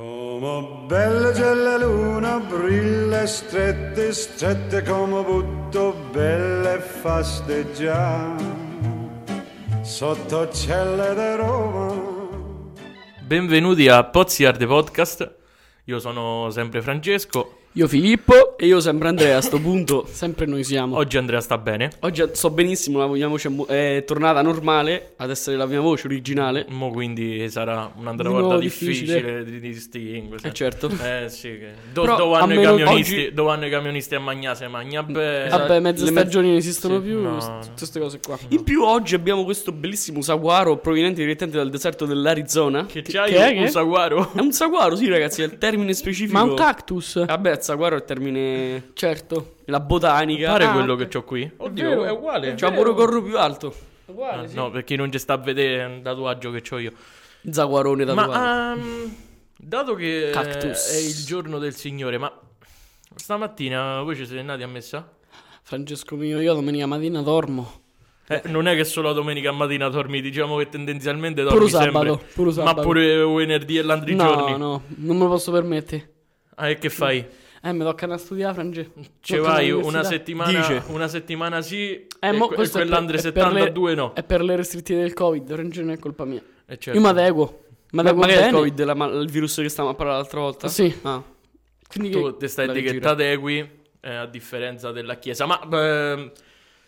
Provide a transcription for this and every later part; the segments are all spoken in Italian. Come belle gelle luna, brille strette, strette come butto, belle faste già, sotto celle di Roma. Benvenuti a Pozzi Arte Podcast. Io sono sempre Francesco. Io Filippo e io sempre Andrea a sto punto, sempre noi siamo. Oggi Andrea sta bene. Oggi so benissimo, la mia voce è mo- è tornata normale, ad essere la mia voce originale. Mo quindi sarà un'altra Di volta nuovo difficile di distinguere. Eh, certo. Eh sì. Che... Do, Però, dove a vanno i meno- camionisti? oggi- Dove vanno i camionisti a magna se magna bene. Vabbè, mezze le mezze- stagioni non esistono sì, più, no, s- no. tutte queste cose qua. In più oggi abbiamo questo bellissimo saguaro proveniente direttamente dal deserto dell'Arizona. Che c'hai che è, un che? saguaro? È un saguaro, sì ragazzi, è il termine specifico. Ma un cactus? Vabbè, il saguaro è il termine... Certo. la botanica. Pare Ah, quello che ho qui. Oddio, vero, è uguale. è C'ha un morocorro più alto. Ah, No, per chi non ci sta a vedere è un tatuaggio che ho io. Zaguarone da Ma ehm, dato che Cactus. è il giorno del Signore, ma stamattina voi ci siete andati a messa? Francesco mio, io domenica mattina dormo. Eh, non è che solo la domenica mattina dormi, diciamo che tendenzialmente dormi Pure sabato, sempre, pure ma sabato. pure venerdì e l'altri no, giorni. no, non me lo posso permettere. Ah, e che fai? Eh, mi tocca andare a studiare, Frange. Ci Tocca vai andare una all'università. settimana, Dice. una settimana sì Eh, e, mo, que- e questo è per- quell'altra è per le- 72 no. È per le restrizioni del Covid, Frange non è colpa mia. Eh, certo. Io mi adeguo. Mi Ma adeguo magari è bene. il Covid, la ma- il virus che stavamo a parlare l'altra volta? Sì. Ah. Quindi tu che- ti stai la etichettata equi eh, a differenza della chiesa ma ehm,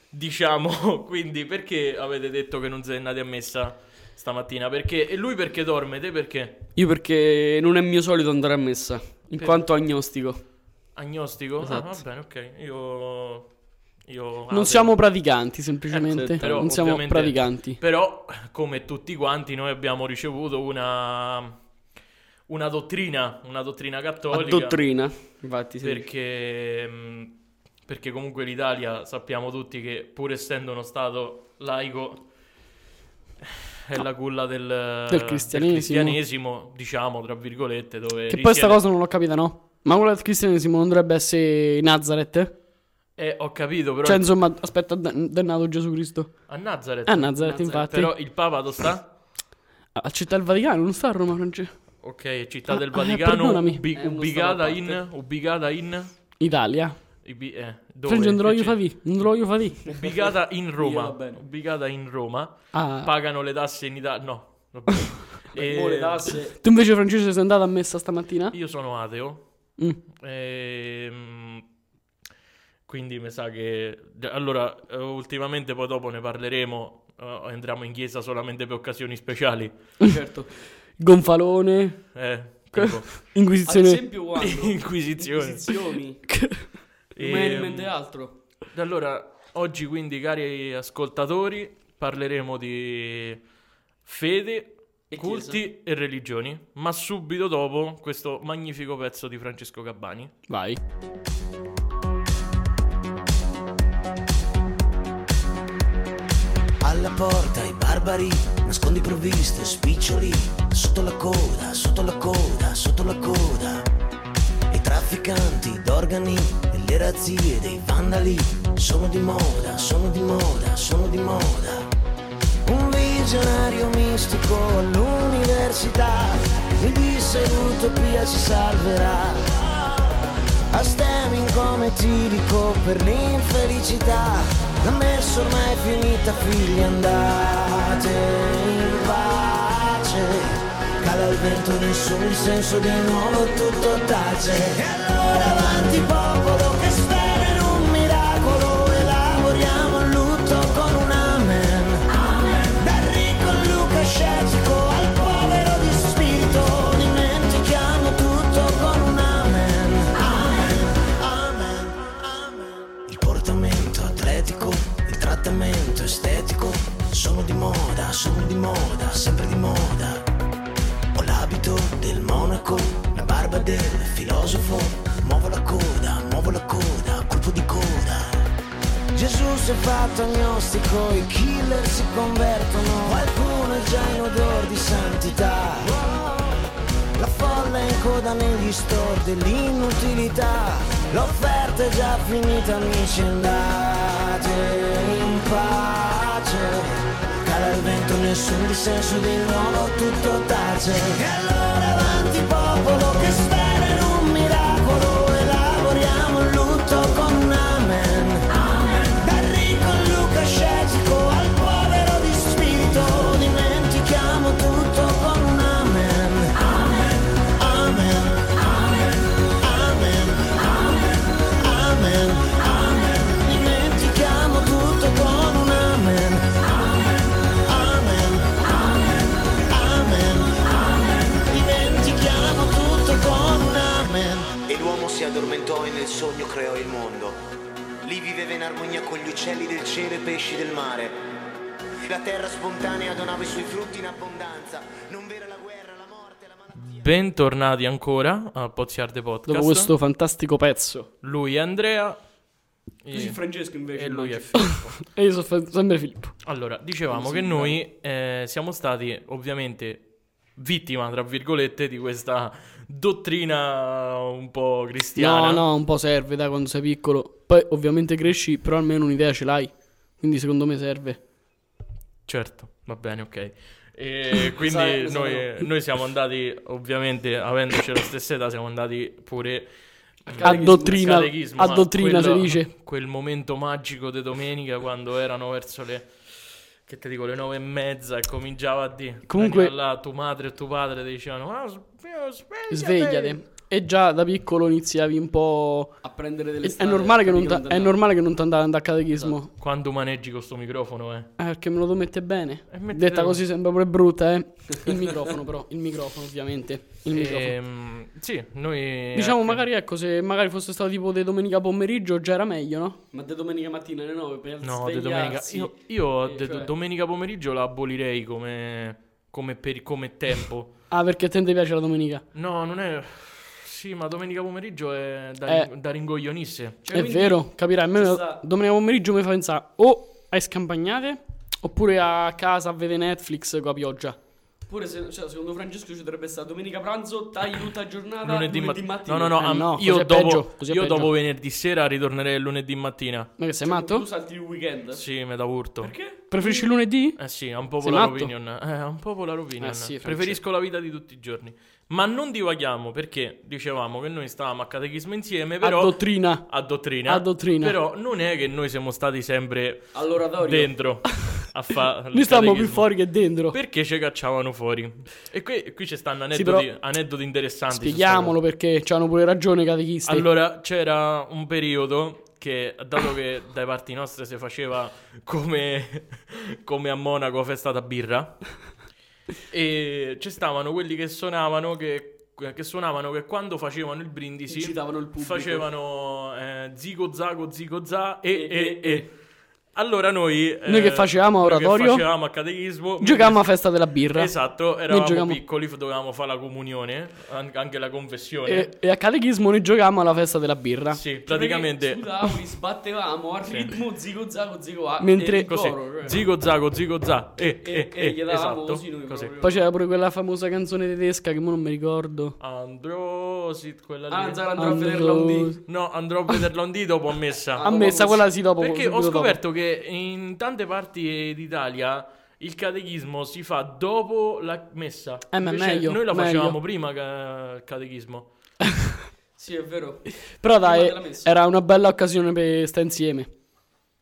diciamo quindi perché avete detto che non siete andati a messa stamattina perché e lui perché dorme te perché Io perché non è mio solito andare a messa, in Per- quanto agnostico. agnostico ah, Esatto. va bene ok io io ateo. Non siamo praticanti, semplicemente. Eh, però non siamo ovviamente- praticanti. però come tutti quanti noi abbiamo ricevuto una una dottrina una dottrina A cattolica dottrina, infatti, sì. perché, mh, perché comunque l'Italia sappiamo tutti che pur essendo uno stato laico è la culla del, del cristianesimo. cristianesimo, diciamo tra virgolette dove Che poi sta Cioè, risiede- cosa non l'ho capita, no? Ma quello del cristianesimo non dovrebbe essere Nazareth? Eh, ho capito però Cioè, insomma, aspetta, da- da è nato Gesù Cristo. a Nazareth, A Nazareth, infatti. però il Papa dove sta? A Città del Vaticano, non sta a Roma, Francesco. ok città Ah, del eh, Vaticano perdonami. ubi- Eh, non ubicata stavo a in ubicata in Italia. ibi- eh, dove? Frange, non te lo voglio Cioè, fa' vi, non te lo voglio fa' Eh. vi. ubicata in Roma va bene. ubicata in Roma Ah, pagano le tasse in Italia no vabbè. E- Tu invece, Francesco, sei andato a messa stamattina? Io sono ateo. Mm. ehm, quindi mi sa che. Allora, eh, ultimamente poi dopo ne parleremo. eh, entriamo in chiesa solamente per occasioni speciali. certo. Gonfalone, Eh, tipo Ad Inquisizione. esempio quando? Inquisizione. Inquisizioni. Ehm, Management mm. e altro. allora, oggi quindi, cari ascoltatori, parleremo di fede, E culti e religioni. Ma subito dopo questo magnifico pezzo di Francesco Gabbani. Vai. Alla porta i barbari, nascondi provviste, spiccioli, sotto la coda, sotto la coda, sotto la coda. I trafficanti d'organi e le razzie dei vandali sono di moda, sono di moda, sono di moda. Un visionario mistico all'università mi disse l'utopia si salverà. Astemi come tirico per l'infelicità La messa ormai è finita figli andate in pace Cala il vento nessun senso di nuovo tutto tace E allora avanti popolo che spera in un miracolo Elaboriamo il lutto con un amen Dal ricco al Luca scettico al povero di spirito Dimentichiamo tutto con un amen il portamento atletico, il trattamento estetico sono di moda, sono di moda, sempre di moda. Ho l'abito del monaco, la barba del filosofo, muovo la coda, muovo la coda, colpo di coda. Gesù si è fatto agnostico, i killer si convertono, qualcuno è già in odor di santità. La folla è in coda negli store dell'inutilità, l'offerta è già finita, amici andate in pace. Cala il vento, nessun dissenso di nuovo, tutto tace. E allora avanti popolo addormentò e nel sogno creò il mondo. Lì viveva in armonia con gli uccelli del cielo e i pesci del mare. La terra spontanea donava i suoi frutti in abbondanza. Non vera la guerra, la morte, la malattia. Bentornati ancora a Pozziarde Podcast. Dopo questo fantastico pezzo. Lui è Andrea. Io sono Francesco invece. Eh. e lui è immagino. Filippo. E io sono fe- sempre Filippo. Allora, dicevamo che noi eh, siamo stati ovviamente vittima, tra virgolette, di questa dottrina un po' cristiana. No, no, un po' serve da quando sei piccolo. Poi ovviamente cresci, però almeno un'idea ce l'hai. Quindi secondo me serve. Certo, va bene, ok. E quindi Sai, lo noi, sapevo. noi siamo andati, ovviamente, avendoci la stessa età, siamo andati pure A dottrina, catechismo, a ma dottrina quello- si dice. Quel momento magico di domenica quando erano verso le... Che te dico, le nove e mezza e cominciava a dire... Comunque- veniva Là, tua madre e tuo padre ti dicevano... Ah, sve- svegliate! Eh, Svegliate. E già da piccolo iniziavi un po'. A prendere delle È, è strade, Esatto. normale che non capire ta- dove è andare. normale che non ti andavi a catechismo. Quando maneggi con sto microfono, eh. Eh, perché me lo mette bene. E mettitelo. Detta così sembra pure brutta, eh. Il microfono, però. Il microfono, ovviamente. Il microfono. Ehm, sì, noi... Diciamo, ecco, magari ecco, se magari fosse stato tipo di domenica pomeriggio, già era meglio, no? Ma di domenica mattina alle 9 per No, de domenica. svegliarsi. Io, io Eh, de- cioè- domenica pomeriggio la abolirei come, come per- come tempo. Ah, perché a te non ti piace la domenica. No, non è. Sì, ma domenica pomeriggio è da, Eh. da ringoglionisse. Cioè, è quindi- vero, capirai. A me ci la- sta- domenica pomeriggio mi fa pensare o ai scampagnate oppure a casa a vedere Netflix con la pioggia. Pure se, cioè, secondo Francesco ci dovrebbe stare domenica pranzo, tagli tutta giornata, Lunedì, Ah, lunedì, mat- mattina. No, no, no. Eh am- no, così io è dopo, peggio, così è io peggio. dopo venerdì sera ritornerei lunedì mattina. Ma che sei Tu matto? salti il weekend. Sì, me da urto. Perché? Preferisci lunedì? Eh sì, è un popular matto? opinion. Eh, è un popular opinion. Eh sì, Francesco. Preferisco la vita di tutti i giorni. Ma non divaghiamo perché dicevamo che noi stavamo a catechismo insieme, però. A dottrina. a dottrina. A dottrina. Però non è che noi siamo stati sempre All'oratorio. dentro a fare Noi stiamo più fuori che dentro. Perché ci cacciavano fuori? E qui, qui ci stanno aneddoti, però- aneddoti interessanti. su sta Spieghiamolo cosa. perché c'hanno pure ragione i catechisti. Allora, c'era un periodo che, dato che dai parti nostre si faceva come, come a Monaco festa da birra, e ci stavano quelli che suonavano che, che suonavano che quando facevano il brindisi Incitavano il pubblico. facevano eh, zigo zago zigo za e E, e, e, e. Allora noi... eh, Noi che facevamo a noi che oratorio? facevamo a catechismo... Giocavamo a festa della birra. Esatto, Noi eravamo giocavamo- piccoli, dovevamo fare la comunione, an- anche la confessione. E, e a catechismo noi giocavamo alla festa della birra. Eh. Sì, praticamente... Perché Sudavamo, sbattevamo al ritmo zigo zago zigo a. Mentre- e il Così, coro, cioè. zigo zago, zigo za, e, e, E- e, e gli davamo esatto, così noi proprio. Poi c'era pure quella famosa canzone tedesca che mo non mi ricordo. Androsit, quella lì. Ah, Zara andrà a Andrò- vederla un dì. No, andrò a vederla un dì dopo a messa. A me sta quella sì dopo. Ah, Perché ho Ah, subito dopo. scoperto che in tante parti d'Italia il catechismo si fa dopo la messa. Eh, ma è Invece meglio, Noi la meglio. facevamo prima ca- il catechismo. Sì, è vero. Però dai, della messa. era una bella occasione per stare insieme.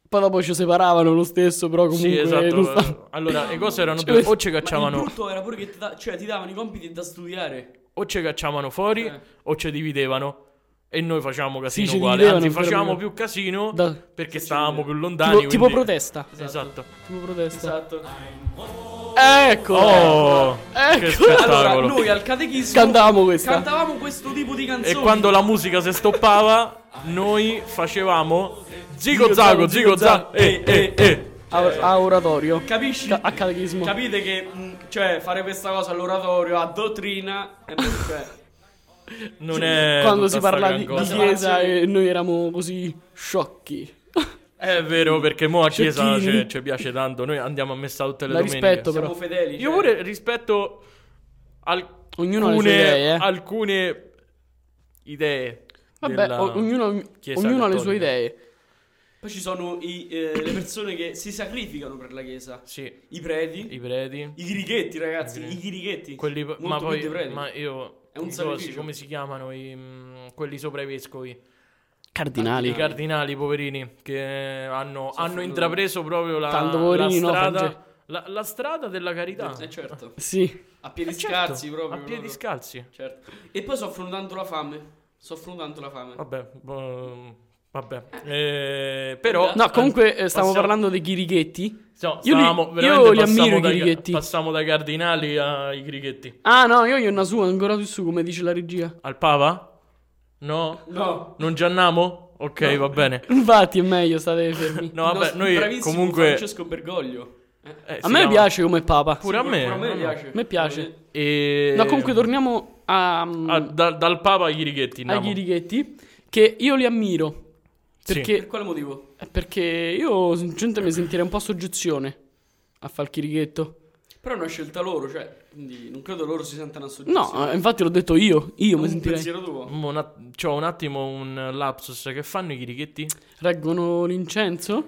Poi dopo ci separavano lo stesso, però comunque... sì, esatto. non sta- Allora, le cose erano Cioè, due. O ci Ma il cacciavano, brutto era pure che ti, da- cioè, ti davano i compiti da studiare. o ci cacciavano fuori, Eh. o ci dividevano. E noi facciamo casino ci uguale. dividevano, Anzi, però facciamo proprio- più casino Da- perché stavamo più lontani. tipo, tipo quindi- protesta. Esatto. Tipo protesta. Esatto. Ah, Ecco! Oh, che Ecco. spettacolo. Allora, noi al catechismo Cantavamo questa. cantavamo questo tipo di E canzoni. quando la musica si stoppava, noi facevamo zigo zago, Eh, zago, Eh, zigo zigo za, za, e e e. A, a oratorio. Capisci? Ca- a catechismo. Capite che mh, cioè, fare questa cosa all'oratorio, a dottrina, è molto- cioè, Non è Quando tutta si parla sta di, gran di cosa. chiesa e noi eravamo così sciocchi. È vero, perché mo a chiesa Cecchini. ci ci piace tanto, noi andiamo a messa tutte le La domeniche. rispetto, siamo però. fedeli. Io cioè. pure rispetto Ognuno ha le sue alcune idee, eh. alcune idee Vabbè, della- o- ognuno, Chiesa ognuno ha le sue cattolica. idee. Poi ci sono i, eh, le persone che si sacrificano per la chiesa. Sì, I preti, i preti. i chirichetti, ragazzi, i chirichetti. Quelli, Molto ma più dei poi preti. ma io È un i cosi, sacrificio. come si chiamano i, mm, quelli sopra i vescovi? I Cardinali. cardinali, poverini, che hanno, hanno figurati. intrapreso proprio la, Tanto la poverini, no, strada, Frange. la, la strada della carità. Eh, certo. Sì. A piedi Eh, certo, scarsi proprio. A piedi proprio. scalzi. Certo. E poi sto affrontando la fame. Sto affrontando la fame. Vabbè, boh, vabbè. Eh, però... No, comunque eh, eh, stavamo passiamo- parlando dei chirighetti. No, Io li- stavamo- io veramente li passiamo ammiro i dai- grighetti. Passiamo dai cardinali ai grighetti. Ah no, io ho una sua, ancora più su, come dice la regia. Al Papa? No? No. Non Giannamo? Ok, va bene. Infatti è meglio state fermi. No, vabbè, Il noi bravissimo comunque... Francesco Bergoglio. eh, A si me chiama- piace come papa. Pure a me. Però a me piace. A me piace. E... No, comunque torniamo a, mm, Ah, da- dal Papa agli righetti. ai Ghirighetti, che io li ammiro. Sì. Eh, Per Perché, quale motivo? perché io sinceramente mi sentirei un po' soggezione a far il chirighetto. Però è una scelta loro, cioè, quindi non credo loro si sentano assoggettati. No, eh, infatti l'ho detto io. Io mi un sentirei. pensiero tuo. Mo un att- c'ho un attimo un lapsus. Che fanno i chirichetti? Reggono Ah, l'incenso?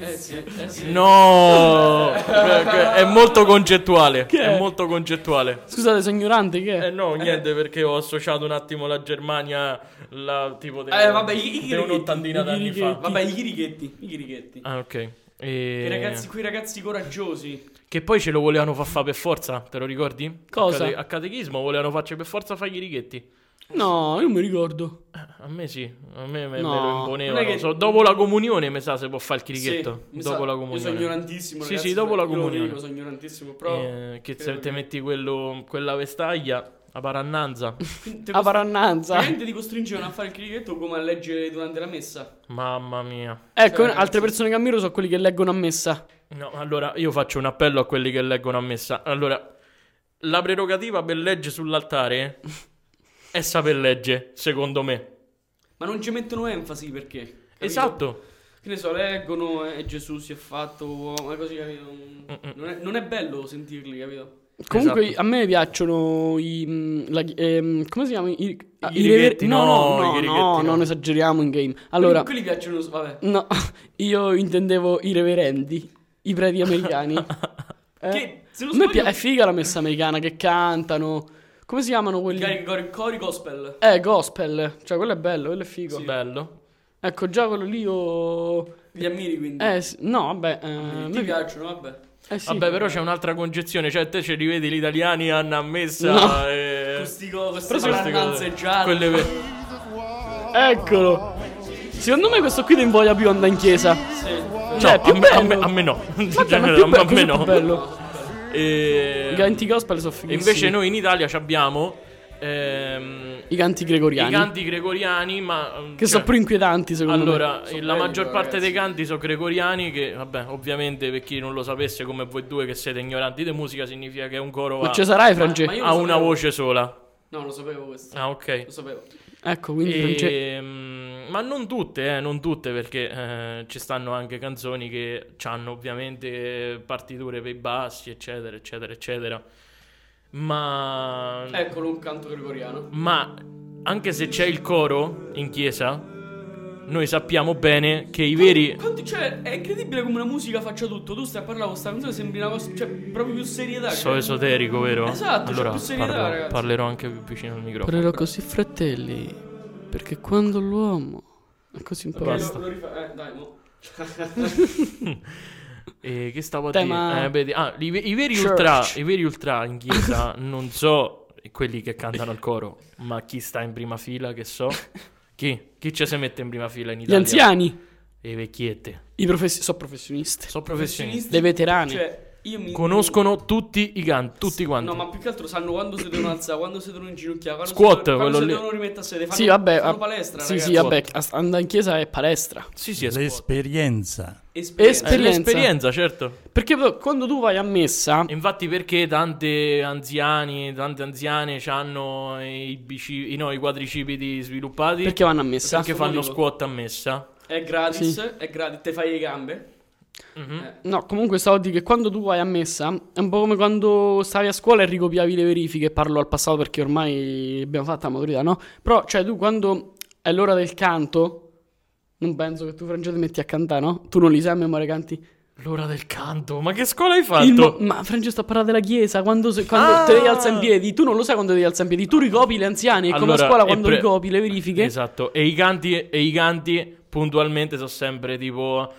Eh sì, eh sì. No! Beh, è molto concettuale. Che È è? molto concettuale. Scusate, sono ignorante che Eh è. no, niente, perché ho associato un attimo la Germania la, tipo de, Eh, vabbè, i- i- de un'ottantina i- d'anni i- fa. Vabbè, i chirighetti, i chirighetti. Ah, ok. Quei E... ragazzi, quei ragazzi coraggiosi. Che poi ce lo volevano far fare per forza, te lo ricordi? Cosa? A, cate- a catechismo volevano farci per forza fare i righetti. No, io mi ricordo. A me sì, a me me, No. me lo Non imponevano. è che- So, dopo la comunione, mi sa, se può fare il chirighetto. Sì, mi dopo sa- la Io sono comunione. ignorantissimo, Sì, ragazzi, sì, dopo la ve lo comunione. dico, sono ignorantissimo, però... Eh, che se credo te metti quello, quella vestaglia, la parannanza. Quindi te A costri- parannanza. Eh, Veramente ti costringevano a fare il chirighetto come a leggere durante la messa. Mamma mia. Ecco, Cioè, altre persone che ammiro sono quelli che leggono a messa. No, allora io faccio un appello a quelli che leggono a messa. Allora, la prerogativa per legge sull'altare è saper legge, secondo me. Ma non ci mettono enfasi perché. capito? Esatto. Che ne so, leggono e Gesù si è fatto uomo, e così, capito? Non è, non è bello sentirli, capito? Comunque Esatto. a me piacciono i... mm, la- ehm, come si chiamano? I, ah, I righetti, rever- no, no, no, i no, righetti no, no. non esageriamo in game. Allora, Quelli, quelli piacciono, vabbè. no, io intendevo i reverendi, i preti americani. Eh? Che, se non a me sbaglio- pi- è figa la messa americana che cantano. Come si chiamano quelli? Cari, cori, cori gospel. Eh, gospel. Cioè, quello è bello, quello è figo. Bello. Ecco, già quello lì io... Gli ammiri, quindi. Eh, s- no, vabbè. eh, mi Ti pi- piacciono, vabbè. eh, sì. Vabbè, però c'è un'altra concezione, cioè te ce li vedi gli italiani hanno ammesso No. e... Questi co- queste Però sono queste parannanze cose- gialle. quelle ve- Eccolo. Secondo me questo qui non voglia più andare in chiesa. Sì. Cioè, no, più a, me, a, bello. me, a me no. In Vabbè, ma generale, più bello, a me così più no. bello. E... I canti gospel sono fighissimi. Invece noi in Italia ci abbiamo ehm, I canti i gregoriani. canti gregoriani, ma... cioè, Che sono più inquietanti secondo me. Allora, Sono eh, la belli, maggior però, parte ragazzi. dei canti sono gregoriani che, vabbè, ovviamente per chi non lo sapesse come voi due che siete ignoranti di musica significa che un coro Ma ha, ci sarai Frange? ma io- ha lo una sapevo. voce sola. No, lo sapevo questo. Ah, ok. Lo sapevo. Ecco, quindi E, Frange... mm, ma non tutte, eh, non tutte perché eh, ci stanno anche canzoni che hanno ovviamente partiture per i bassi, eccetera, eccetera, eccetera. Ma... Eccolo un canto gregoriano. Ma anche se c'è il coro in chiesa, noi sappiamo bene che i veri... Quanti- cioè, è incredibile come una musica faccia tutto. Tu stai a parlare con questa canzone, sembri una cosa. Cioè, proprio più serietà. So cioè. esoterico, vero? Esatto, c'è allora più serietà, parlo- ragazzi. parlerò anche più vicino al microfono. Parlerò così fratelli, perché quando l'uomo... È così un po'... Ok, basta. lo, lo rifà. Eh, dai, mo. E che stavo a Tema- dire? Eh, vedi- ah, i, ve- i veri Church. ultra, i veri ultra in chiesa non so quelli che cantano al coro, ma chi sta in prima fila, che so. Chi? Chi ci si mette in prima fila in Gli Italia? anziani, E vecchiette. i professi... sono professionisti. Sono professionisti. Le veterane. Cioè, io mi. Conoscono tutti i canti, tutti quanti. No, ma più che altro sanno quando si devono alzare, quando si devono inginocchiare, quando Squat, si devono, quando quello si lì. devono rimettere a sedere. Fanno, sì, vabbè... Fanno ah, palestra, Sì, ragazzi. sì, vabbè, as- andare in chiesa è palestra. Sì, sì, è scuola. L'esperienza. Esperienza. Esperi- Esperienza. L'esperienza, certo. Perché però quando tu vai a messa... Infatti, perché tante anziani, tante anziane hanno i, bici- i- no, i quadricipiti sviluppati? Perché vanno a messa? Perché fanno motivo. squat a messa. È gratis, Sì. è gratis, te fai le gambe. No, comunque stavo a dire che quando tu vai a messa è un po' come quando stavi a scuola e ricopiavi le verifiche, parlo al passato perché ormai abbiamo fatto la maturità, no? Però, cioè, tu quando è l'ora del canto, non penso che tu, Francesco, ti metti a cantare, no? Tu non li sai a memoria i canti. L'ora del canto, ma che scuola hai Il mo- fatto? ma Francesco sta parlando della chiesa, quando, se- quando Certo. Ah! te devi alzare in piedi, tu non lo sai quando devi alzare in piedi, tu ricopi le anziane, come a Allora, scuola e quando pre- ricopi le verifiche. Esatto, e i canti, e i canti puntualmente sono sempre tipo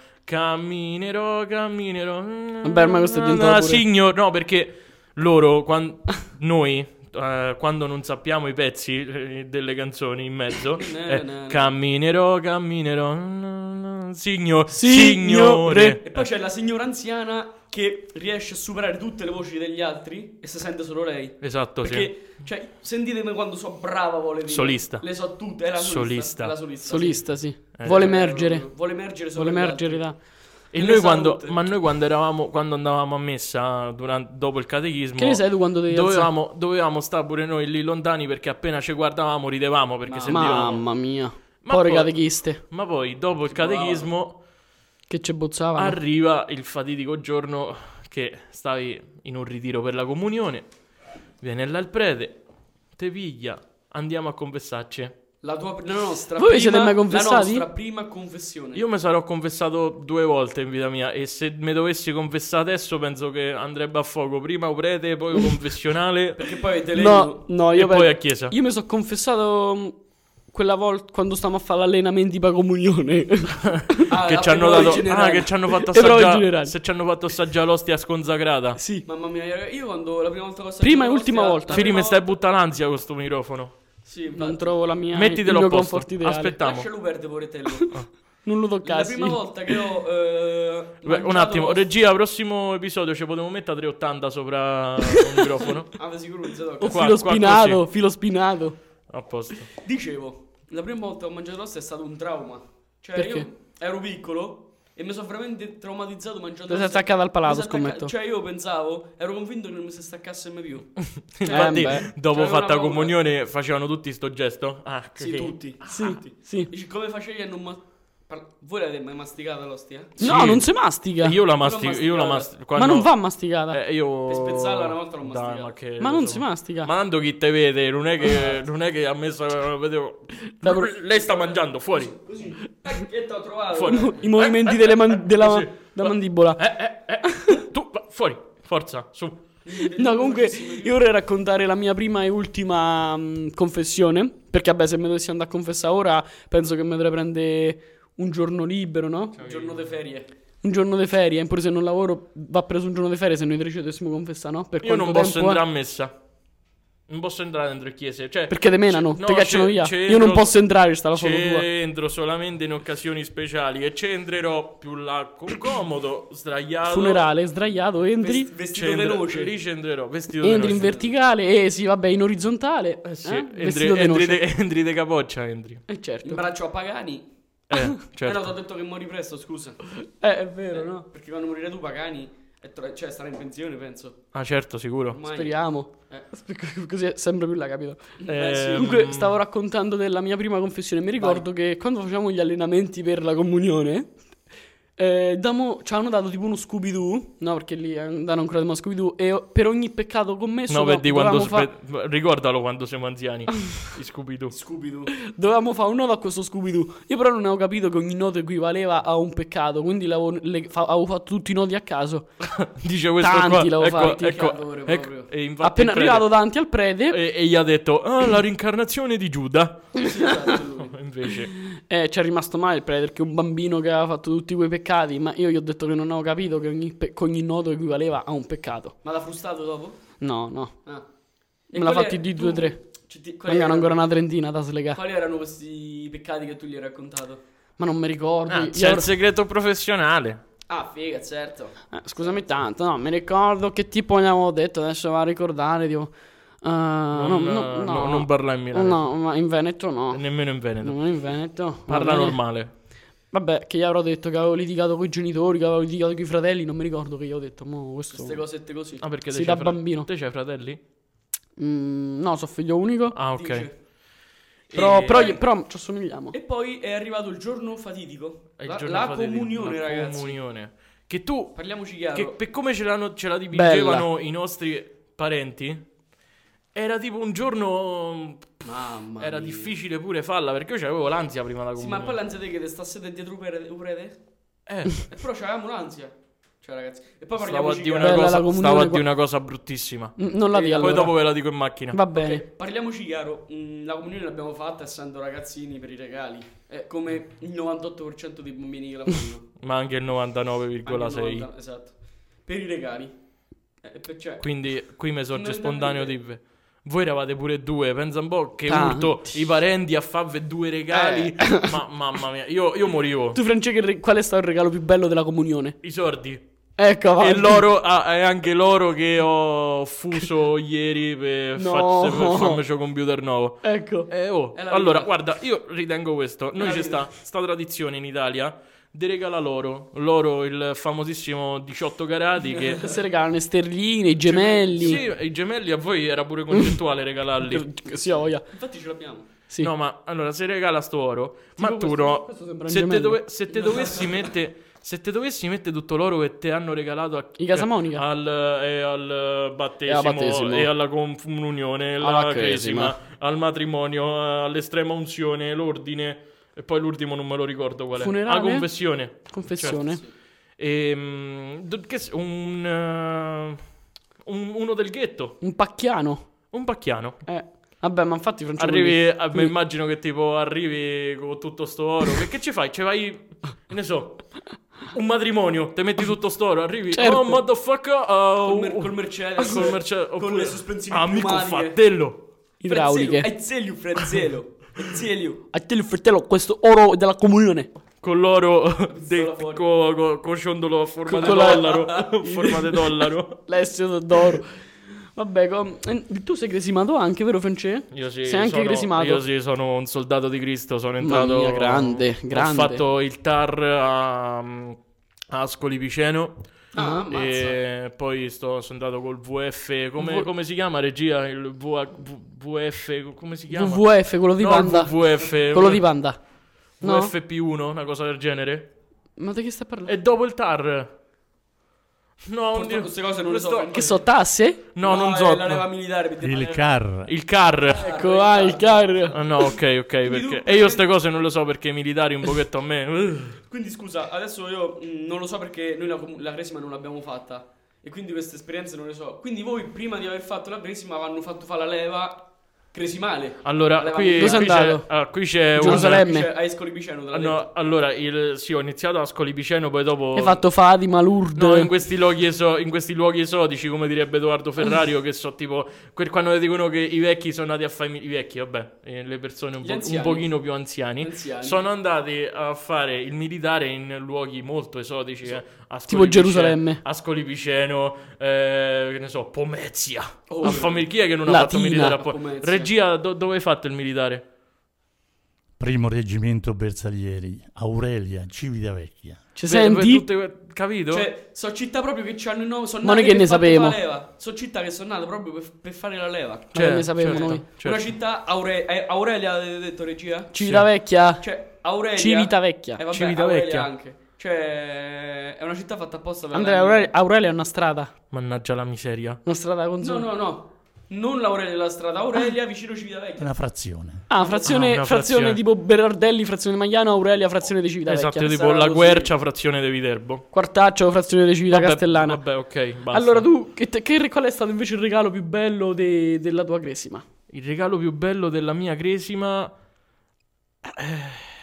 camminerò, camminerò. Vabbè, ormai questo è diventato Ah, pure- signor, no, perché loro, quan- noi, eh, quando non sappiamo i pezzi eh, delle canzoni in mezzo, Na, eh, na, na. camminerò, camminerò. na, na, na, Signo- Signore. signore. E poi c'è la signora anziana che riesce a superare tutte le voci degli altri e si sente solo lei. Esatto, sì. Perché, cioè, sentitemi quando so brava vuole dire. Solista. Le so tutte, è la solista. Solista. è la solista. Solista, sì. Eh. Vuole sì. emergere. Vuole emergere solo Vuole gli emergere altri. da... E le noi sa quando, tutte. ma noi quando eravamo, quando andavamo a messa durante- dopo il catechismo, Che ne sai tu quando devi dovevamo, dovevamo stare pure noi lì lontani perché appena ci guardavamo ridevamo perché Ma- sentivamo. Mamma mia. Povere poi- catechiste. Ma poi dopo il Tipo, catechismo Che ci bozzavano. arriva il fatidico giorno che stavi in un ritiro per la comunione, viene là il prete, te piglia, andiamo a confessarci. La tua la nostra Voi vi prima, siete mai confessati? La nostra prima confessione. Io mi sarò confessato due volte in vita mia e se mi dovessi confessare adesso penso che andrebbe a fuoco prima o prete, poi o confessionale. Perché poi avete No, letto no, io e poi a chiesa. Io mi sono confessato mh, quella volta quando stavamo a fare l'allenamento di pacomunione. Ah, che la ci hanno prova dato ah, generale. che ci hanno fatto Le prove assaggiare generali. se ci hanno fatto assaggiare l'ostia sconsacrata sì. Mamma mia, raga, io quando la prima volta che ho assaggiato Prima e la ultima nostra- volta. la Fili prima mi stai volta- buttando ansia con sto microfono Sì, Non infatti. trovo la mia mettitelo il a mio posto comfort ideale. aspettavo lascialo perdere Poretello. Oh, Non lo la toccassi. prima volta che ho eh, Beh, un mangiato attimo l'os- regia prossimo episodio ci potevo mettere 380 sopra il microfono Ah, ma sicuro non si tocca. O Oh, qua- filo qua spinato, così. filo spinato. a posto Eh, Dicevo, la prima volta che ho mangiato l'ossa è stato un trauma. Cioè, Perché? io ero piccolo e mi sono veramente traumatizzato mangiando Ti sei l'ossa. attaccato al palato, Mi si attacca- scommetto. Cioè, io pensavo, ero convinto che non mi si staccasse mai più. infatti beh. dopo C'aveva una fatta paura. comunione facevano tutti sto gesto ah Sì, ok. tutti. Sì, tutti. sì. Dici, come facevi a non ma- par- Voi l'avete mai masticata l'ostia? Sì. No, non si mastica. io la l'ho mastico io la masticata. mastico quando- Ma non va masticata. eh, io Per spezzarla una volta l'ho Dai, masticata. ma, che- ma non si insomma. mastica. Eh, ma tanto chi te vede non è che non è che ha messo vedevo La pro- lei sta mangiando fuori Così. Eh, che t'ho trovato? Fuori. I movimenti eh, delle eh, man- eh, della, sì. della mandibola. Eh, eh, eh. Tu, va- fuori, forza, su. No, comunque io vorrei raccontare la mia prima e ultima mh, confessione. Perché, vabbè, se me dovessi andare a confessare ora, penso che mi dovrei prendere un giorno libero, no? Un giorno di ferie. Un giorno di ferie, pure se non lavoro, va preso un giorno di ferie se noi tre ci dovessimo confessare, no? Per Io quanto non posso tempo è? entrare a messa. Non posso entrare dentro le chiese. Cioè, eh? Perché te menano, No, te cacciano c'è- via. c'è Io non entro- posso entrare, sta la foto tua. C'entro solamente in occasioni speciali e c'entrerò più là con comodo, sdraiato. Funerale, sdraiato, entri, Vest- vestito C'entrerò- veloce. Lì c'entrerò vestito entri in veloce. verticale, eh sì, vabbè, in orizzontale. Eh, Sì, entri, Vestito entri, de, veloce. entri de capoccia, entri. Eh, In certo. braccio a Pagani. Eh, Eh no, ti ho certo. detto che muori presto, scusa. Eh, è vero, no? Perché quando morirai tu Pagani, è tra- cioè starà in pensione, penso. Ah, certo, sicuro. Ormai. Speriamo. Eh. Così è sempre più là, capito? Beh, sì. Ehm, Comunque, stavo raccontando della mia prima confessione. Mi ricordo che quando facevamo gli allenamenti per la comunione, eh, damo- ci hanno dato tipo uno Scooby-Doo. No, perché lì andavano ancora di Scooby-Doo. E o- per ogni peccato commesso, No, per do- di quando dovevamo, fa- spe- Ricordalo quando siamo anziani. I Scooby-Doo. Scupido. dovevamo fare un nodo a questo Scooby-Doo. Io però non avevo capito che ogni nodo equivaleva a un peccato. Quindi l'avevo- le- fa- avevo fatto tutti i nodi a caso. Dice questo Tanti qua. l'avevo Ecco, fatti, ecco, cavolo, ecco, proprio. e infatti Appena il prete- arrivato eh. davanti al prete, e, e gli ha detto ah, la reincarnazione di Giuda. Sì, esatto, lui. Invece, Eh, ci è rimasto male il prete perché un bambino che aveva fatto tutti quei peccati, ma io gli ho detto che non avevo capito che ogni, pe- che ogni nodo equivaleva a un peccato. Ma l'ha frustato dopo? No, no. Ah. Me l'ha quali- fatti di tu- due, tre. cioè, ti- Mancano quali, erano, ancora una trentina da slegare. quali erano questi peccati che tu gli hai raccontato? Ma non mi ricordo. ah, Io c'è il ero- segreto professionale. Ah, figa, certo. eh, scusami tanto, no, mi ricordo che tipo gli avevo detto, adesso va a ricordare, tipo... eh, no, Non, no, eh, no, no, non parla in Milano. No, ma in Veneto no. Nemmeno in Veneto. Non in Veneto. Parla va bene. normale. Vabbè, che gli avrò detto che avevo litigato con i genitori, che avevo litigato con i fratelli, non mi ricordo che gli ho detto. Mo, questo... Queste cosette così. Ah, perché te Sì, c'hai da bambino. Te c'hai fratelli? Mm, no, sono figlio unico. Ah, ok. Dice. Però, E- però, però ci assomigliamo. E poi è arrivato il giorno fatidico. È il la giorno la fatidico, comunione, la ragazzi. comunione. Che tu, Parliamoci che chiaro. per come ce, l'hanno- ce la dipingevano i nostri parenti, era tipo un giorno... Mamma Era mia. difficile pure farla perché io avevo l'ansia prima della Sì, ma comunione. poi l'ansia te che te stassete dietro un prete? Eh. Eh, Però c'avevamo l'ansia. Cioè, ragazzi. E poi Stavo a parliamoci dire chiaro. una Bella la cosa, comunione stavo a qua- dire una cosa bruttissima. Mm, Non la E di poi allora. Poi dopo ve la dico in macchina. Va bene. Parliamoci chiaro, mm, la comunione l'abbiamo fatta essendo ragazzini per i regali, È come il 98% dei bambini che la fanno. Ma anche il Anche il 99,6. 90, esatto. Per i regali. Eh, per- cioè, Quindi qui mi sorge Non- spontaneo non- di Voi eravate pure due, pensa un po' che Tanti. urto i parenti a farvi due regali. Eh. Ma mamma mia, io, io morivo. Tu, Francesco, re- qual è stato il regalo più bello della comunione? I sordi. Ecco, vai. E l'oro, ah, e anche l'oro che ho fuso ieri per, No. farci- per farmi un computer nuovo. Ecco. Eh, oh. È la Allora, vita. guarda, io ritengo questo. Noi la c'è vita. sta, sta tradizione in Italia di regala l'oro. L'oro, il famosissimo 18 carati che... Se regalano le sterline, i gemelli. Sì, i gemelli a voi era pure concettuale regalarli. Eh, Sì, ho voglia. Infatti ce l'abbiamo. Sì. No, ma allora se regala sto oro, ma tu questo- no, questo sembra un se te, gemello. dove- se te dovessi mettere se te dovessi mettere tutto l'oro che te hanno regalato a cioè, In casa Monica. al, e al battesimo, E al battesimo. e alla comunione, Alla alla cresima. cresima, al matrimonio, all'estrema unzione, l'ordine e poi l'ultimo non me lo ricordo qual è. Funerale? La confessione. Confessione. Certo, Ehm, do- che s- un, eh, un- uno del ghetto, Un pacchiano. un pacchiano. Eh. Vabbè, ma infatti, Francesco. Arrivi, quindi- ah, beh, quindi- immagino che tipo arrivi con tutto sto oro. Che, che ci fai? Ci vai, che ne so, un matrimonio, te metti tutto sto oro, arrivi, Certo. oh motherfucker, oh, Col, mer- col merciere. col merce- Con oppure, le sospensioni Amico pneumatiche. fratello. Idrauliche. È Eh, Zelio, Fratello. È Zelio. A te il fratello, questo oro della comunione. Con l'oro, de, fuori. co, co- con ciondolo a forma di Con la- dollaro. a forma di dollaro. L'essere d'oro. Vabbè, com- eh, tu sei cresimato anche, vero, Francesco? Io sì, Sei anche sono, cresimato. Io sì, sono un soldato di Cristo. Sono Mamma entrato. mia, grande, grande. Ho fatto il TAR a, a Ascoli Piceno. Ah, ammazza. e poi sto, sono andato col VF. Come, V- come si chiama regia? Il VH VF. Come si chiama? WWF, quello di No, Panda. VF. Quello di Panda. No? VFP1, una cosa del genere. Ma di che stai parlando? E dopo il TAR. No, Purtroppo oddio. queste cose non le so, Questo- quindi- Che so, tasse? No, non è so. eh, La leva militare. per Il dire- car. Il CAR. Ecco, vai, il carro. Ah, no, ok, ok. Perché... E io queste cose non le so perché i militari un pochetto a me. uh. Quindi scusa, adesso io mh, non lo so perché noi la, comu- la cresima non l'abbiamo fatta e quindi queste esperienze non le so. Quindi voi prima di aver fatto la cresima vi hanno fatto fare la leva cresimale. La Allora, leva qui, militare. Dove sei qui c'è, andato? ah, qui c'è un- Giuseppe. Cioè, a Escoli Piceno te l'ha Ah, no, allora, il- sì, ho iniziato a Scolipiceno, poi dopo... Hai fatto Fatima, Lourdes. No, in questi, luoghi eso- in questi luoghi esotici, come direbbe Ah. Edoardo Ferrario, che so tipo... quel- quando dicono che i vecchi sono andati a fare... I vecchi, vabbè, eh, le persone un, Gli po- un anziani. pochino più anziani, Anziani. sono andati a fare il militare in luoghi molto esotici, eh, a Tipo Scolipiceno- Gerusalemme. A Scolipiceno, eh, che ne so, Pomezia. Oh, a fammi chi è che non ha fatto Latina. militare a Po- Pomezia. Regia, do- dove hai fatto il militare? Primo reggimento Bersaglieri, Aurelia, Civitavecchia. Ci Beh, senti? tutte que- capito? Cioè, so città proprio che ci hanno il nome, sono Ma nate noi che per ne fare sapemo? la leva. So città che sono nate proprio per, per fare la leva. Cioè, ne sapevamo certo, noi. certo. Una città Aure- eh, Aurelia avete detto regia? Civitavecchia. Cioè, Aurelia Civitavecchia. Eh, vabbè, Civitavecchia. Aurelia anche. Cioè, è una città fatta apposta per Andrea, la- Aurelia, Aurelia è una strada. Mannaggia la miseria. Una strada con No, no, no. Non l'Aurelia della strada, Aurelia vicino Civitavecchia. Una frazione. Ah, frazione, Ah, una frazione frazione. tipo Berardelli, frazione Magliano, Aurelia, frazione di Civitavecchia. esatto, tipo sarà la così. guercia frazione di Viterbo. Quartaccio, frazione di Civita Vabbè, Castellana. Vabbè, ok, basta. allora tu, che, te- che- qual è stato invece il regalo più bello de- della tua cresima? Il regalo più bello della mia cresima...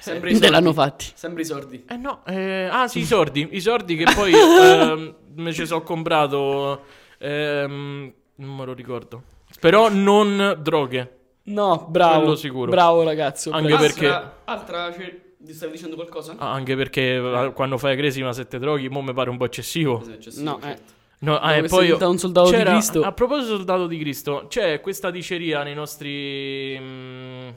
Sempre i Te soldi. l'hanno fatti. Sempre i sordi. Eh no, eh, ah sì, i sordi. I sordi che poi ehm, me ci sono comprato... ehm, non me lo ricordo. Però non droghe. No, bravo. Quello sicuro. Bravo ragazzo. Anche bravo. per- perché- Altra, altra cioè, ti stavi dicendo qualcosa? Ah, anche perché eh, quando fai cresima se te droghi, mo mi pare un po' eccessivo. Sì, c'è No, sì, eh. certo. No, ah, e Dove poi sei da un soldato di c'era- Cristo. A proposito del soldato di Cristo, c'è questa diceria nei nostri mm,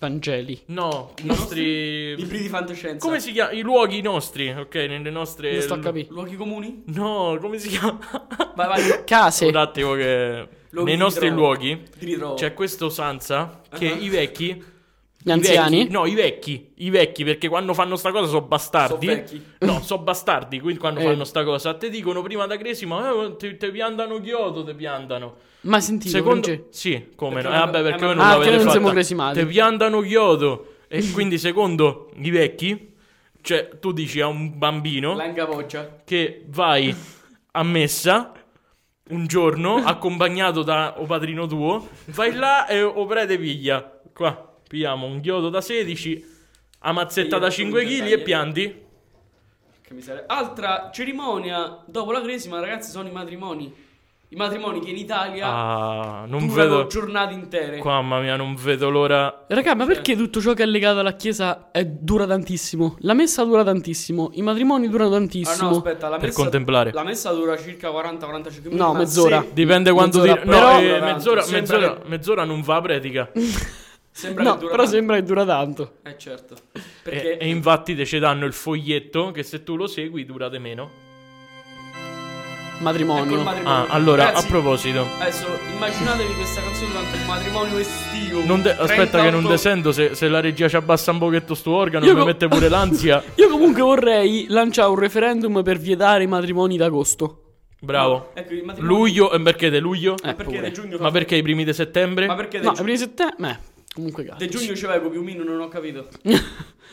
Vangeli. no, i nostri Libri di fantascienza. come si chiama i luoghi nostri, ok, nelle nostre Non sto a capire. Luoghi comuni? No, come si chiama? Vai, vai. Case. Un attimo che Luoghi nei di nostri ritrovo. luoghi Ti ritrovo. c'è questo Sansa che Ah. i vecchi Gli i anziani. vecchi- no, i vecchi, i vecchi, perché quando fanno sta cosa sono bastardi. So vecchi. No, sono bastardi, quindi quando Eh. fanno sta cosa te dicono prima da Cresima, eh, te, te piantano Chioto, te piantano. Ma sentito, Francesco, Sì, come no? Perché Eh, vabbè, non- perché eh, voi ma- non Ah, l'avete perché non siamo fatta. cresimati. Te piantano Chiodo. E quindi, secondo i vecchi, cioè, tu dici a un bambino Langa Voccia. che vai a messa un giorno, accompagnato da o padrino tuo, vai là e o prete piglia. Qua, pigliamo un chiodo da 16, a mazzetta Io da non 5 so kg e dettagli. pianti. Che miseria. Altra cerimonia dopo la cresima, ragazzi, sono i matrimoni. I matrimoni che in Italia Ah, non durano vedo. giornate intere. Ah, Qua, mamma mia, non vedo l'ora. Raga, ma perché tutto ciò che è legato alla chiesa è- dura tantissimo? La messa dura tantissimo, i matrimoni durano Ah, tantissimo. no, aspetta, la Per messa, contemplare. La messa dura circa 40-45 minuti. No, ma mezz'ora. se- Dipende quanto Mezz'ora, ti- però- No, eh, mezz'ora, Sembra mezz'ora, che- mezz'ora non va a pratica. E- sembra No, che dura però tanto. sembra che dura tanto. Eh, certo. Perché E, infatti te ci danno il foglietto che se tu lo segui dura di meno. ecco il Matrimonio. Ah, matrimonio. allora, Ragazzi, a proposito. Adesso immaginatevi questa canzone durante un matrimonio estivo. Non de- aspetta che non 38 te sento, se, se la regia ci abbassa un pochetto sto organo Io mi co- mette pure l'ansia. Io comunque vorrei lanciare un referendum per vietare i matrimoni d'agosto. Bravo. Ecco, il matrimonio- Luglio, eh, perché de luglio? Ma perché pure. De Giugno fa- Ma perché i primi di settembre? Ma perché De, No, Giugno- a primi settembre... Eh, comunque cazzo. De Giugno ci vai con Piumino, non ho capito.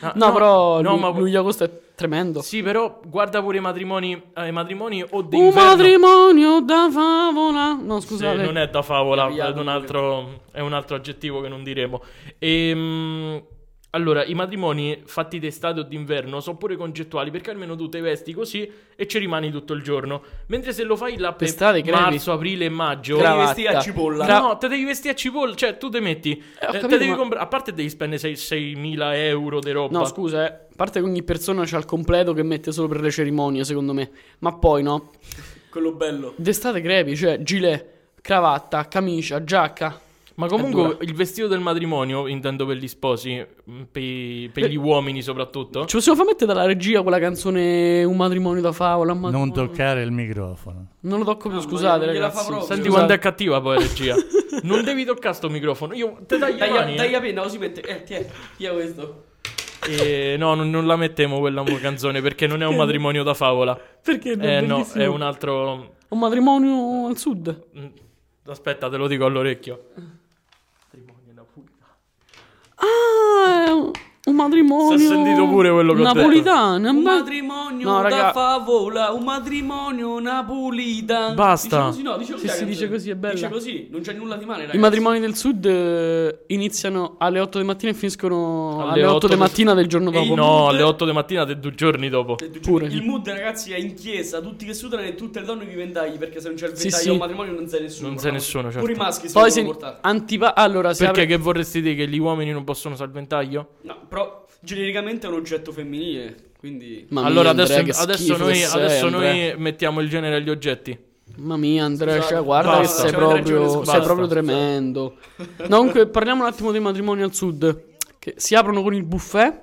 Ah, No, però no, lu- ma- luglio-agosto è tremendo. Sì, però guarda pure i matrimoni, eh, i matrimoni o di Un inverno. matrimonio da favola. No, Sì, scusate. non è da favola, Capiamo è un altro, è un altro aggettivo che non diremo. Ehm, allora, i matrimoni fatti d'estate o d'inverno sono pure concettuali, perché almeno tu te vesti così e ci rimani tutto il giorno. Mentre se lo fai la per D'estate crepi. marzo, aprile e maggio... Cravatta. vestire a cipolla. Cra- No, te devi vestire a cipolla, cioè tu te metti... ho eh, te capito, devi ma- comprare- A parte devi spendere sei- 6.000 euro di roba. No, scusa, eh. a parte che ogni persona c'ha il completo che mette solo per le cerimonie, secondo me. Ma poi no, Quello bello. d'estate crepi, cioè gilet, cravatta, camicia, giacca. Ma È comunque dura. il vestito del matrimonio, intendo per gli sposi, mh, per, i- per Eh, gli uomini soprattutto... Ci possiamo far mettere dalla regia quella canzone Un matrimonio da favola? un matrimonio- Non toccare il microfono. Non lo tocco più, No, scusate Ah, gliela- gliela fa ragazzi. proprio. Senti Scusate. quando è cattiva poi regia. non devi toccare sto microfono. Io te taglio le Taglia, mani, eh. taglia penna, così mette. Eh, ti è, ti è questo. Eh, no, non, non la mettiamo quella mo- canzone perché non è un matrimonio da favola. Perché no? Eh no, Bellissimo. è un altro... Un matrimonio al sud. Mm, Aspetta, te lo dico all'orecchio. Matrimonio da puttana. Ah, è un- un matrimonio. Si è sentito pure quello che ho detto. Napolitano, è Un un bel- matrimonio No, da raga. favola, un matrimonio napolitano. Basta. Dice così, no, dice così Se la si dice canzone. così è bella. Dice così, non c'è nulla di male, ragazzi. I matrimoni del sud eh, iniziano alle 8 di mattina e finiscono alle, Alle 8, otto di del- mattina del giorno dopo. No, alle 8 di mattina, te due giorni dopo. Eh, tu- Pure. Il mood, ragazzi, è in chiesa, tutti che sudano e tutte le donne con i ventagli, perché se non c'è il Sì, ventaglio sì. a un matrimonio non sei nessuno. Non sei sei nessuno, certo. Pure i maschi si Poi devono se portare. antipa- allora se Perché apre- che vorresti dire che gli uomini non possono usare il ventaglio? No, però genericamente è un oggetto femminile, quindi... Mamma allora mia, adesso, Andrea, che adesso schifo che noi, sei, adesso Andrea. noi mettiamo il genere agli oggetti. Mamma mia, Andrea, Scusate, cioè, guarda che basta. sei C'avete ragione, proprio, scusate. sei proprio Basta. tremendo. No, comunque, parliamo un attimo dei matrimoni al sud. Che si aprono con il buffet,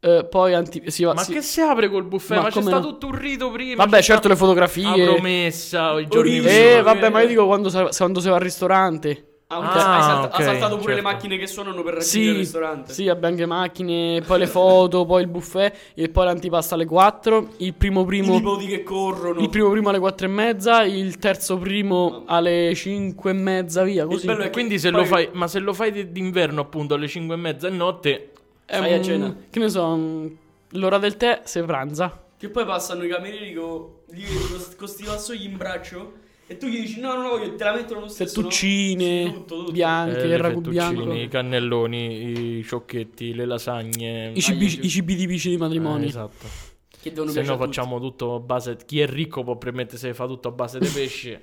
eh, poi anti- si va- Ma si- che si apre col buffet? Ma Ma, c'è come stato no? tutto un rito prima. Vabbè, c'è certo, sta- le fotografie. La promessa, i giorni Origine. prima. Eh, vabbè, ma io dico quando, sa- quando si va al ristorante. Ah, Ah, ok, hai salta- ok, ha saltato pure le certo. macchine che suonano per raggiungere il Sì, ristorante. sì, abbiamo anche macchine, poi le foto, poi il buffet, e poi l'antipasto alle 4, il primo I primo... nipoti che corrono. Il primo primo alle 4 e mezza, il terzo primo alle 5 e mezza, via così. bello è che- Quindi se Poi- lo fai, ma se lo fai d- d'inverno appunto alle 5 e mezza a notte, È Vai a un- cena. Che ne so, un- l'ora del tè se pranza. Che poi passano i camerieri con, lì, con questi vassoi in braccio. E tu gli dici: No, no, no, voglio- te la mettono lo stesso. no?" Fettuccine, Sì, tutto, tutto. bianche, eh, il le ragù fettuccine, bianco. i cannelloni, i ciocchetti, le lasagne. I cibi, Aiuto. i cibi tipici dei matrimoni. Eh, esatto. Che devono Se no piacere a tutti. facciamo tutto a base chi è ricco può permettersi di fare tutto a base di pesce.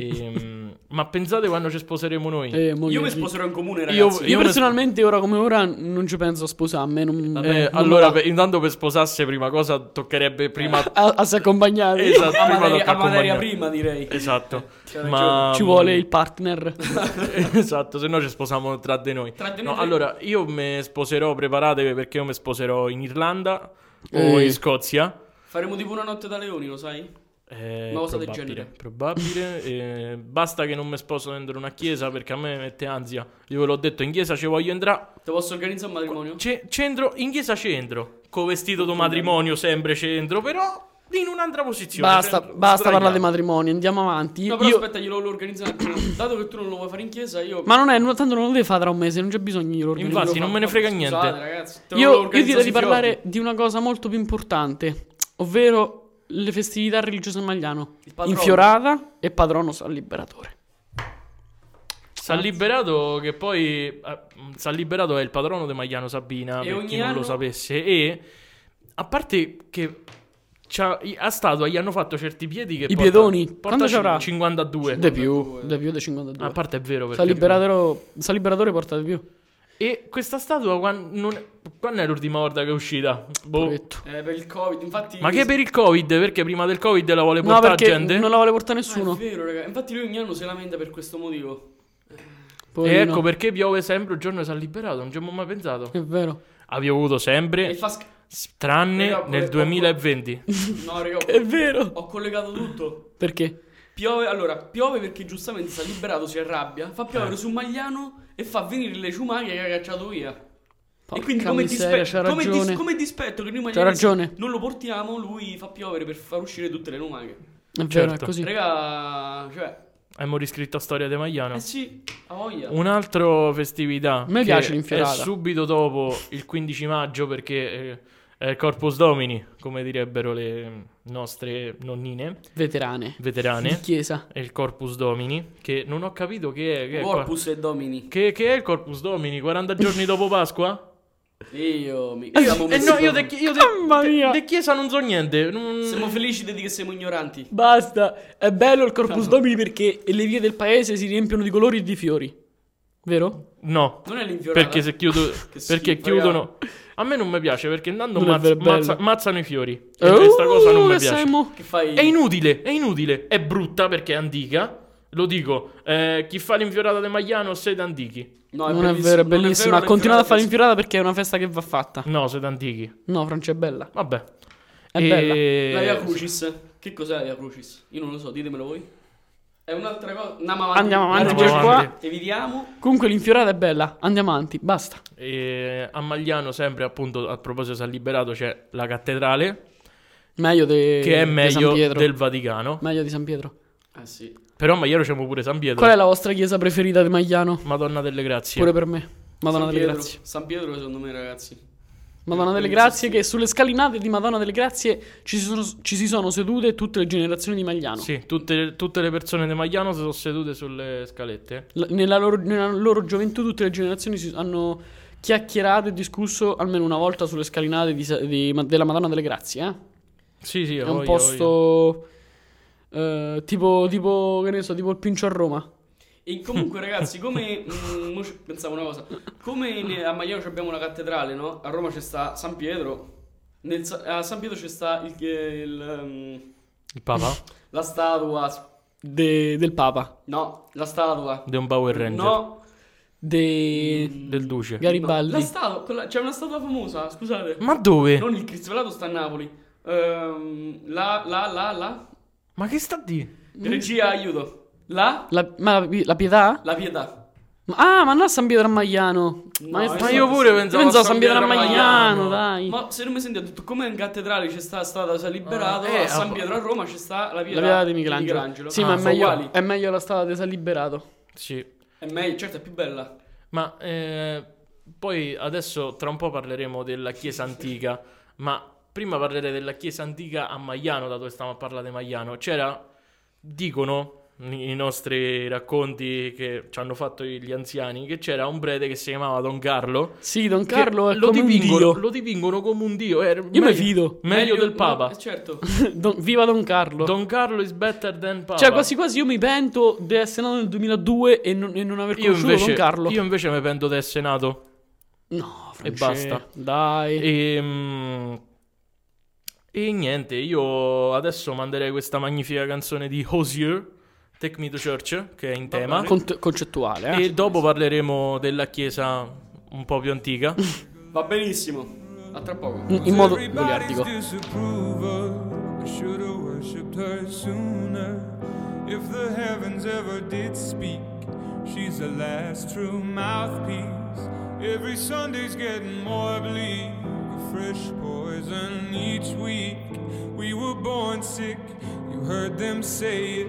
Ehm, ma pensate quando ci sposeremo noi? Eh, mo Io che mi ri- sposerò in comune, ragazzi. Io- Io mi- personalmente ora come ora non ci penso a sposarmi. Non, Eh, non me allora, va. per- intanto per sposarsi prima cosa toccherebbe prima a, a se accompagnare Esatto, a prima materia, tocca a materia accompagnare. prima, direi. Esatto. C'hai Ma Eh, ci vuole il partner. esatto, se no ci sposiamo tra di noi. Tra di No, noi- allora, io mi sposerò, preparatevi perché io mi sposerò in Irlanda o Eh. in Scozia. Faremo tipo una notte da leoni, lo sai? Eh, Una cosa del probabile, genere. probabile. Eh, basta che non mi sposo dentro una chiesa perché a me mette ansia. Io ve l'ho detto, in chiesa ci voglio entrare. Te posso organizzare un matrimonio? cioè, Ce- c'entro, in chiesa c'entro. Con vestito da matrimonio sempre c'entro, però in un'altra posizione. basta, c'entro, basta sdraiato. parlare dei matrimoni, andiamo avanti. No, però Io- aspetta, glielo organizziamo. Dato che tu non lo vuoi fare in chiesa, io. Ma non è, no, tanto non lo devi fare tra un mese, non c'è bisogno di io organizzare. infatti, lo non fa- me ne frega Scusate, niente. ragazzi. te lo Io, io organizzo direi di sui parlare fiori. di una cosa molto più importante, ovvero le festività religiose a Magliano. Il patrono. Infiorata e padrono San Liberatore. S'ha liberato che poi eh, S'ha liberato è il padrono di Magliano Sabina E per ogni chi non anno- lo sapesse e a parte che C'ha- i- a Statua gli hanno fatto certi piedi che I piedoni? Porta Quanto ci avrà? 52. De più, de più de 52. Ah, a parte è vero perché Sa liberatore, sa liberatore porta di più. E questa statua quan- non- quando, è l'ultima volta che è uscita? Boh. Poveretto. Eh, per il covid, infatti... Ma che per il Covid, perché prima del Covid la vuole No, portare perché gente? non la vuole portare Ah, nessuno. è vero, raga. Infatti lui ogni anno si lamenta per questo motivo. E Poverino. ecco perché piove sempre, un giorno si è liberato, non ci abbiamo mai pensato. È vero. Ha piovuto Eh. E sempre, fa... sc- s- tranne Raga, pure- nel 2020. No, raga, È ho, vero. ho collegato tutto. Perché? Piove, allora, piove perché giustamente si è liberato, si arrabbia, fa piovere Eh. su Magliano e fa venire le ciumache che ha cacciato via. e Porca quindi come, miseria, dispe- c'ha come, dis- ragione. come dispetto che noi C'ha Magliani ragione. non lo portiamo, lui fa piovere per far uscire tutte le lumache. È vero, Certo. è così. Raga, cioè, Abbiamo riscritto Storia di Magliano. eh sì, ha voglia. Un altro festività. A me che piace È l'infiorata. subito dopo il 15 maggio perché eh, è Corpus Domini, come direbbero le nostre nonnine Veterane. Di veterane. chiesa. È il Corpus Domini, che non ho capito che è. Che è, qua- Corpus e Domini. che, che è il Corpus Domini? 40 giorni dopo Pasqua? Io mi... Eh, siamo eh, messi no, io proprio- de, io de- Mamma de- mia. de chiesa non so niente. non- Siamo felici di dire che siamo ignoranti. Basta. È bello il Corpus Domini perché le vie del paese si riempiono di colori e di fiori. Vero? No, Non è l'infiorata. perché se chiudo, Che schifo, perché raga. chiudono. A me non mi piace perché andando Non è mazz- vero, è bello. mazza- mazzano i fiori. E questa cosa non mi Oh, piace. Saimo. Che fai? È inutile, è inutile. È brutta perché è antica. Lo dico, eh, chi fa l'infiorata di Magliano siete antichi. No, non è bellissimo, vero, è non vero, bellissima. non è Continuate a fare vero. l'infiorata perché è una festa che va fatta. No, siete antichi. No, Francia è bella. Vabbè. È E- bella. La Via Crucis. Che cos'è la Via Crucis? Io non lo so, ditemelo voi. È un'altra cosa. Andiamo avanti. Andiamo avanti Andiamo per avanti. qua. Evitiamo. Comunque l'infiorata è bella. Andiamo avanti, basta. E a Magliano, sempre appunto, a proposito, si è liberato, c'è la cattedrale, Meglio de- che è de meglio San Pietro. del Vaticano. Meglio di San Pietro. Ah sì. Però a Magliano c'è pure San Pietro. Qual è la vostra chiesa preferita di Magliano? Madonna delle Grazie. Pure per me. Madonna San delle Pietro. Grazie. San Pietro secondo me ragazzi. Madonna delle Grazie che sulle scalinate di Madonna delle Grazie ci si sono, ci si sono sedute tutte le generazioni di Magliano. Sì, tutte, tutte le persone di Magliano si sono sedute sulle scalette. L- nella, loro, nella loro gioventù tutte le generazioni si hanno chiacchierato e discusso almeno una volta sulle scalinate di Sa- di Ma- della Madonna delle Grazie. eh. Sì, sì, È un posto... eh, tipo, tipo, che ne so, tipo il Pincio a Roma. E comunque ragazzi, come mm, mo ci- pensavo una cosa, come ne- a Magliano ci abbiamo la cattedrale, no? A Roma c'è sta San Pietro. Nel Sa- a San Pietro c'è sta il, il, mm, Il Papa? la statua. De- del Papa. No, la statua. di un Power Ranger. No, De... Del Duce. Garibaldi. Mm. la statua, quella- c'è una statua famosa, scusate. Ma dove? Non il Cristofelato sta a Napoli. Ehm, la, la, la, la. Ma che sta di? Mm. Regia, aiuto. La, La, ma la, la pietà? la pietà. Ma- Ah, ma no, San Pietro a Magliano. Ma, No, è- Ma Esatto, io pure sì. pensavo, pensavo a San Pietro a Magliano, Magliano. dai. Ma se non mi senti, ho detto come in cattedrale c'è sta la statua, si è liberato. Ah, eh, a San ah, Pietro a Roma c'è sta la pietà, La pietà di Michelangelo. Sì, Ah, ma è sono uguali. meglio, è meglio la strada di San Liberato. Sì. È meglio, certo, è più bella. Ma eh, poi adesso tra un po' parleremo della chiesa antica, ma prima parlerei della chiesa antica a Magliano, dato che stiamo a parlare di Magliano. C'era, dicono i nostri racconti che ci hanno fatto gli anziani, che c'era un prete che si chiamava Don Carlo. Sì, Don che Carlo è lo come un dipingono, dio. lo dipingono come un dio. Io Io mi fido. Meglio del no, Papa. eh, certo. Don- viva Don Carlo. Don Carlo is better than Papa. Cioè, quasi quasi io mi pento di essere nato nel 2002 e non, e non aver io conosciuto invece, Don Carlo. Io invece mi pento del Senato. No, E Francesco, basta. Dai. Ehm, E, niente, io adesso manderei questa magnifica canzone di Hosier, Take Me to Church, che è in tema. Cont- concettuale, eh. E dopo parleremo della chiesa un po' più antica. Va benissimo. A tra poco. In- in modo goliardico. disapproval. I should have worshipped her sooner. If the heavens ever did speak, she's the last true mouthpiece. Every Sunday's getting more bleak, a fresh poison each week. We were born sick, you heard them say it.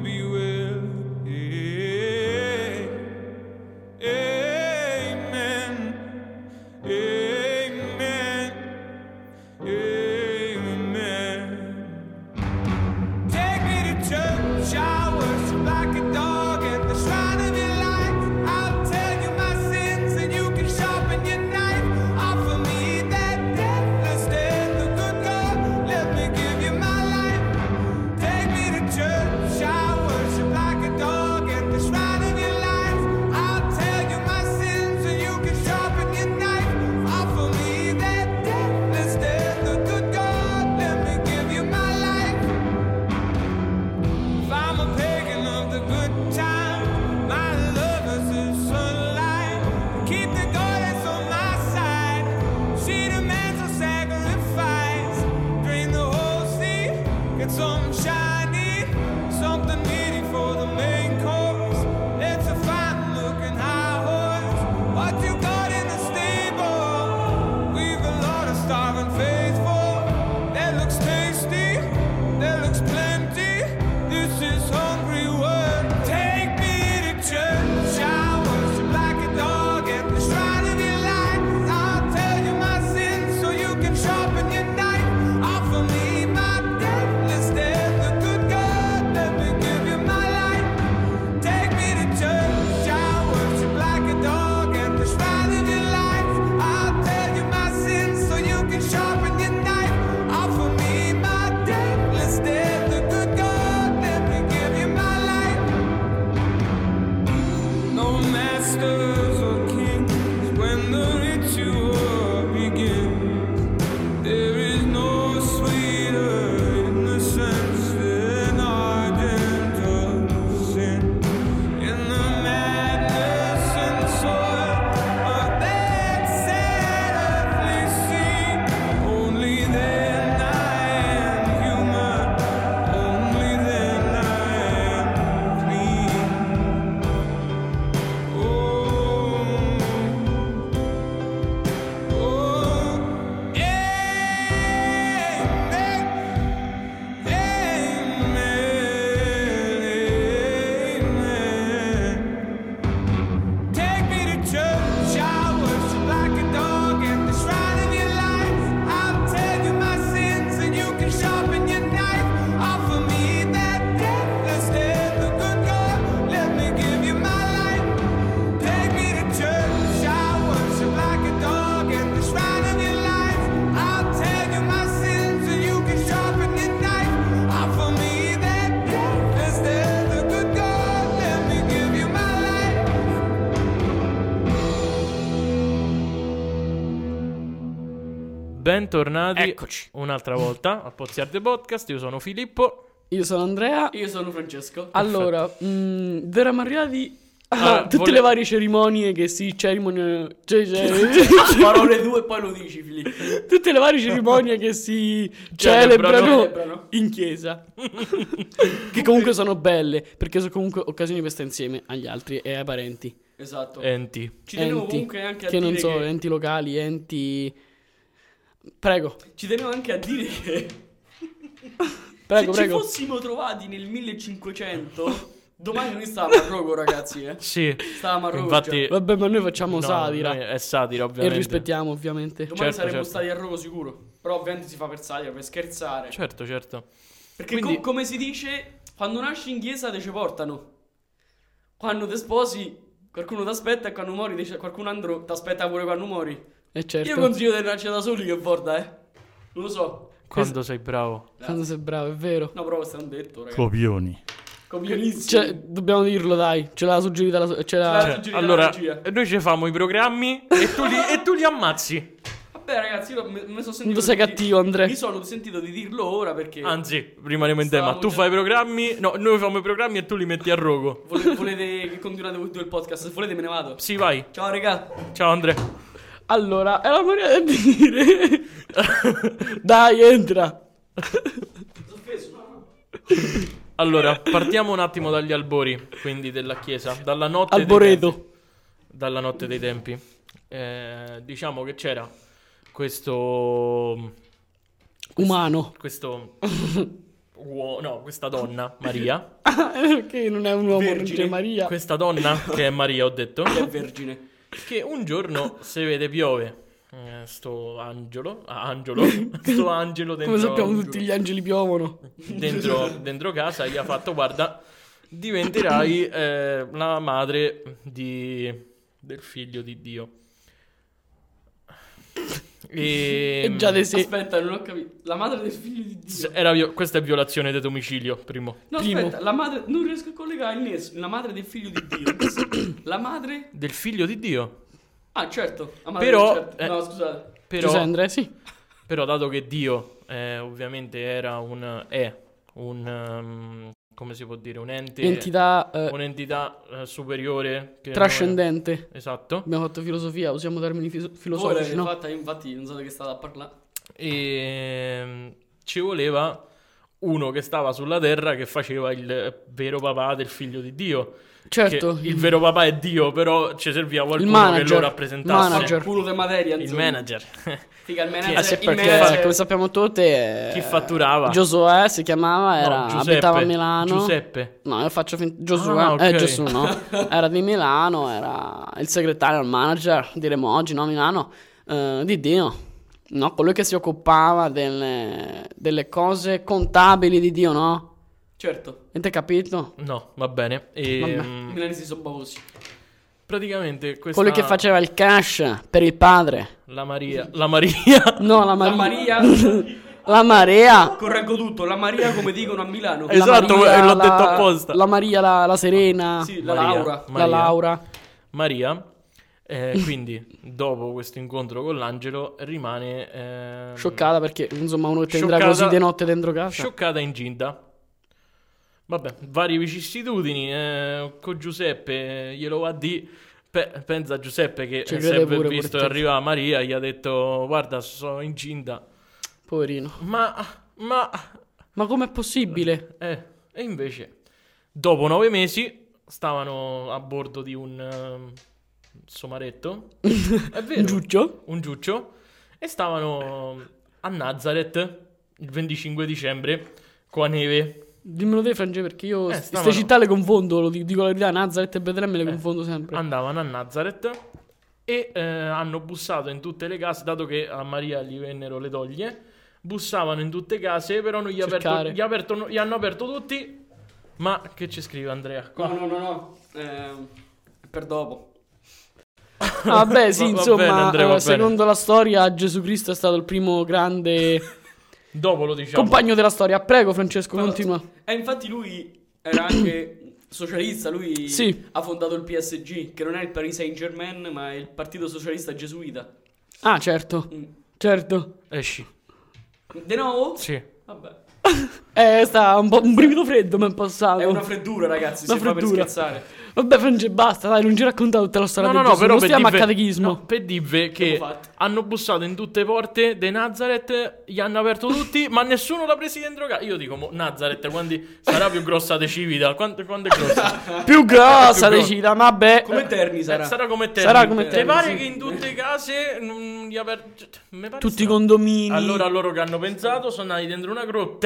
be well. Amen. Amen. Amen. masters or kings when the ritual begins. There is no sweeter innocence than ardent of sin. In the madness and soil of that sad earthly scene, only then I am human. Only then I am clean. Oh. Oh, Sharpen your knife, offer me that deathless dead, the good God. Let me give you my life. Take me to church, I worship like a dog at the shrine of your life. I'll tell you my sins so you can sharpen your knife. Offer me that gift instead the good God. Let me give you my life. Bentornati Eccoci. un'altra volta a Pozziarte Podcast. Io sono Filippo. Io sono Andrea. Io sono Francesco. Allora, mh, eravamo arrivati a Allora, tutte vole- le varie cerimonie che si cerimonie... cioè, cioè- Parole due, poi lo dici, Filippo. tutte le varie cerimonie che si Celebrano. celebrano Celebrano. in chiesa. che comunque sono belle, perché sono comunque occasioni per stare insieme agli altri e ai parenti. Esatto. Enti. ci Eh, tenevo Enti, comunque anche a che dire non so, che... enti locali, enti... Prego, Ci tenevo anche a dire che... prego, prego. se ci fossimo trovati nel 1500, domani noi stavamo a Rogo, ragazzi, eh. Sì. Stavamo a Rogo. Infatti, Vabbè, ma noi facciamo no, satira noi- È satira, e ovviamente. rispettiamo ovviamente. Domani certo, saremmo certo. stati a Rogo sicuro. Però ovviamente si fa per satira, per scherzare. Certo, certo. Perché quindi- co- come si dice, quando nasci in chiesa te ci portano. Quando ti sposi, qualcuno ti aspetta e quando muori, dice- qualcun altro ti aspetta pure quando muori. E certo, Io consiglio di nascere da soli che porta, eh. Non lo so. Quando sei bravo. quando sei bravo, è vero. No, però questo è un detto, ragazzi. Copioni. Coglionissimi. Cioè, dobbiamo dirlo, dai. Ce l'ha suggerita la... Ce l'ha... Ce l'ha- Cioè, suggerita la allora, regia. noi ci famo i programmi e tu li, e tu li ammazzi. Vabbè, ragazzi, io me, me sono sentito. Non sei di- cattivo, Andrea. Mi sono sentito di dirlo ora perché. Anzi, rimaniamo in tema. Stavamo Tu già- fai i programmi. No, noi facciamo i programmi e tu li metti a rogo. vole- volete che continuate voi due il podcast? Se volete, me ne vado. Sì, vai. Ciao, raga. Ciao, Andrea. Allora, era Maria da dire. Dai, entra. Allora, partiamo un attimo dagli albori, quindi della chiesa, dalla notte dei tempi- Alboredo. dalla notte dei tempi. Eh, diciamo che c'era questo Umano. questo uo- no, questa donna, Maria, che Ah, non è un uomo, non Vergine. c'è Maria. questa donna che è Maria, ho detto, Che è vergine. che un giorno se vede piove eh, sto angelo, ah, angelo, sto angelo dentro Come sappiamo, tutti gli angeli piovono. dentro, dentro casa gli ha fatto guarda diventerai eh, la madre di- del figlio di Dio e, E già de sé. Aspetta, non ho capito. La madre del figlio di Dio. S- Ehm, era vio- questa è violazione del domicilio primo No, Primo. aspetta, la madre. Non riesco a collegare il nesso. La madre del figlio di Dio. la madre. del figlio di Dio Ah, certo. La madre Però, del- certo. eh, No, Ci scusate. sei, però, Andrea? Sì. però dato che Dio eh, ovviamente era un è un um, come si può dire un ente Entità eh, un'entità eh, superiore che non- trascendente. esatto Abbiamo fatto filosofia, usiamo termini fiso- Voi filosofici, l'avete no? fatta, infatti, non so di che state a parlare. e ehm, ci voleva uno che stava sulla terra che faceva il vero papà del figlio di Dio. Che Certo. il vero papà è Dio, però ci serviva qualcuno manager, che lo rappresentasse. manager. Culo di materia. Il insomma. manager. Figa, il Eh manager. sì, il perché manager- come sappiamo tutti eh, Chi fatturava? Giosuè si chiamava, No, era, Giuseppe, abitava a Milano. Giuseppe. No, io faccio finta. Giosuè, Ah, ok. eh, Gesù, no? Era di Milano, era il segretario, il manager, diremmo oggi, no? Milano, eh, di Dio. No, colui che si occupava delle, delle cose contabili di Dio, no? Certo. Avete capito? No, va bene. E, Vabbè. I mm, milanesi sono bavosi. praticamente questa Colui che faceva il cash per il padre. la Maria, la Maria No, la La Maria. Maria. La Maria. Correggo tutto. La Maria, come dicono a Milano. Esatto, Maria, eh, l'ho la- detto apposta. La Maria, la, la Serena, Sì, la Maria. Laura. la Maria. Laura. Maria, eh, quindi dopo questo incontro con l'angelo, rimane ehm, Scioccata perché insomma uno che tendrà Scioccata- così di notte dentro casa. scioccata e incinta. Vabbè, varie vicissitudini. eh, con Giuseppe eh, glielo va di. Pe- pensa a Giuseppe che Ci eh, crede sempre pure, visto pure te. arrivare Maria, gli ha detto: Guarda, sono incinta. Poverino. Ma, ma, Ma com'è possibile? eh, e invece, dopo nove mesi, stavano a bordo di un ehm, somaretto. È vero, Un giuccio? un giuccio. E stavano a Nazareth il 25 dicembre con la neve. Dimmelo te, Frange, perché io Eh, queste stavano- città le confondo, lo dico, dico la verità, Nazareth e Betlemme le confondo sempre. Andavano a Nazareth e eh, hanno bussato in tutte le case, dato che a Maria gli vennero le doglie. Bussavano in tutte le case, però non gli, ha aperto- Cercare. gli ha aperto- gli hanno aperto tutti. Ma che ci scrive Andrea? No, no, no, no. Ehm, per dopo. Ah, beh, sì, Va- va insomma, bene, Andrea, eh, va bene. secondo la storia Gesù Cristo è stato il primo grande Dopo lo diciamo. compagno della storia. Prego, Francesco, Mm. continua. E Eh, infatti lui era anche socialista, lui Sì. ha fondato il PSG, che non è il Paris Saint-Germain, ma è il Partito Socialista Gesuita. Ah, certo, Mm. certo. Esci. De nuovo? Sì. Vabbè. Eh, sta un, po', un brivido freddo, ma è passato. È una freddura, ragazzi, Una si fa per freddura. scherzare. Vabbè, Francesco, basta, dai, non ci racconta tutta la storia No, no, di no, Gesù, però non per stiamo a dirve- catechismo. no, per dirvi che Siamo fatti. hanno bussato in tutte le porte dei Nazareth, gli hanno aperto tutti, ma nessuno l'ha presi dentro casa. Io dico, mo, Nazareth, quanti- sarà più grossa di Civita? Quanto, quanto è grossa? Più Più grossa, grossa. decida, vabbè. Come Terni sarà. Eh, sarà come te. Sarà come Te Terni, pare sì. che in tutte le case non gli aper- cioè, mi pare Tutti i strano. condomini. Allora loro che hanno pensato sono andati dentro una grotte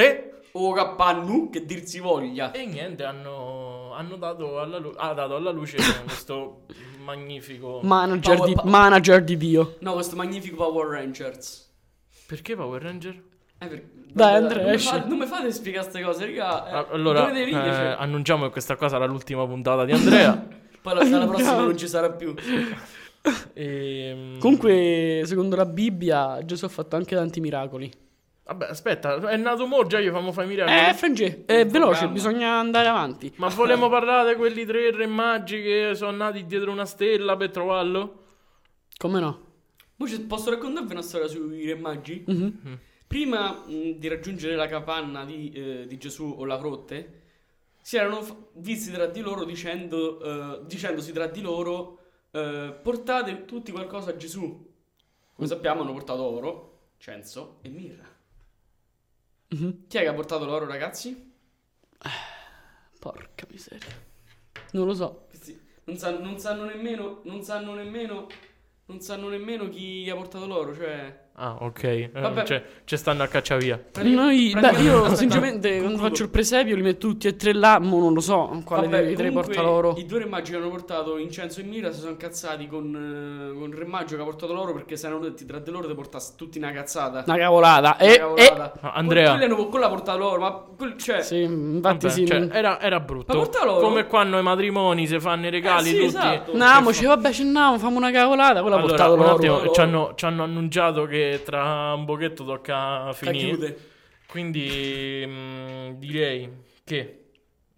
O Oh, Cappannu, che dir si voglia. e niente, hanno, hanno dato, alla lu- ha dato alla luce questo magnifico... Manager, Power- di, pa- manager di Dio. No, questo magnifico Power Rangers. Perché Power Ranger? Eh, per- Dai, non mi Andrea, fa- esci. Non mi fate spiegare queste cose, raga. Ah, Eh, Allora, dovete ridere, eh, cioè. annunciamo che questa cosa sarà l'ultima puntata di Andrea. Poi la, dalla prossima non ci sarà più. Ehm, Comunque, secondo la Bibbia, Gesù ha fatto anche tanti miracoli. Vabbè, aspetta, è nato mo, già gli famo fare i miracoli. Eh, Frangé, è veloce, programma. bisogna andare avanti. Ma volevamo parlare di quelli tre re magi che sono nati dietro una stella per trovarlo? Come no? Mo ci- posso raccontarvi una storia sui re magi? Mhm. Prima mh, di raggiungere la capanna di, eh, di Gesù o la grotte, si erano f- visti tra di loro dicendo, eh, dicendosi tra di loro eh, portate tutti qualcosa a Gesù. Mm. Come sappiamo hanno portato oro, censo e mirra. Mhm. Chi è che ha portato l'oro ragazzi? Porca miseria. Non lo so. Questi non, sanno- non sanno nemmeno, non sanno nemmeno, non sanno nemmeno chi ha portato l'oro, cioè... Ah, ok. Eh, Vabbè. cioè, ci stanno a cacciavia. pratica- Noi, beh, praticamente- io aspetta, sinceramente quando concludo. faccio il presepio li metto tutti e tre là, mo non lo so quale Vabbè, dei tre comunque, porta loro. I due re magi che hanno portato incenso e mira si sono incazzati con, eh, con il re magio che ha portato loro perché si erano detti tra di loro di portarsi tutti una cazzata. Una cavolata. Eh, E, Una cavolata. Ah, Andrea. Quelli hanno quello ha portato loro, ma quel- cioè, e- eh. sì, infatti Vabbè, sì. cioè, non- era, era Ma brutto. porta loro. Come quando i matrimoni si fanno i regali Eh, sì, tutti. Cioè, esatto. Namo, dice, vabbè, ce n'andiamo, famo una cavolata, quella ha Allora, portato un loro. attimo, Loro. ci hanno, ci hanno annunciato che tra un pochetto tocca la finire. chiude. Quindi mm, direi che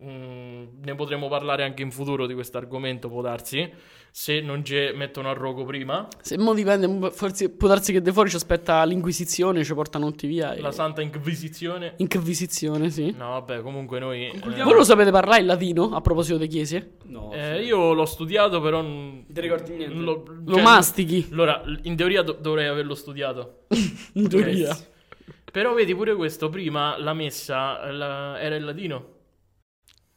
mm, ne potremo parlare anche in futuro di questo argomento, può darsi, se non ci mettono a rogo prima. Se mo dipende, mo forse può darsi che de fuori ci aspetta l'inquisizione, ci portano tutti via. e- La Santa Inquisizione. Inquisizione, sì. No, vabbè, comunque noi... eh, Voi lo sapete parlare il latino a proposito di chiese? No. eh, io l'ho studiato, però... Non Non ti ricordi niente? Lo, Lo cioè, mastichi, Allora, in teoria do- dovrei averlo studiato. in teoria. Però vedi pure questo, prima la messa la- era in latino.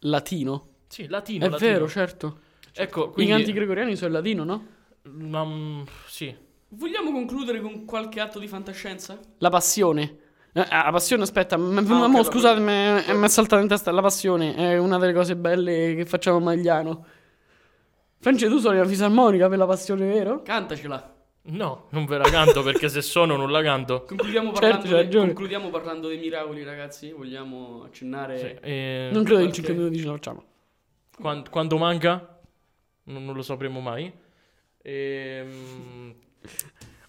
Latino. Sì, latino. È latino. vero, certo. Ecco, I quindi... canti gregoriani sono in latino, no? ma, mm, sì. Vogliamo concludere con qualche atto di fantascienza? La passione. Eh, ah, la passione, aspetta, m- Ah, ok, mo, va scusate, eh, mi bene. è saltata in testa. La passione è una delle cose belle che facciamo a Magliano. Franci, tu suoni la fisarmonica per la passione, vero? Cantacela. No, non ve la canto perché se sono non la canto. Concludiamo Certo, parlando, c'hai dei- ragione. concludiamo parlando dei miracoli, ragazzi. Vogliamo accennare Eh, Non credo che in ok. 5 minuti ce la facciamo. quan- quando manca? Non, non lo sapremo mai. Ehm,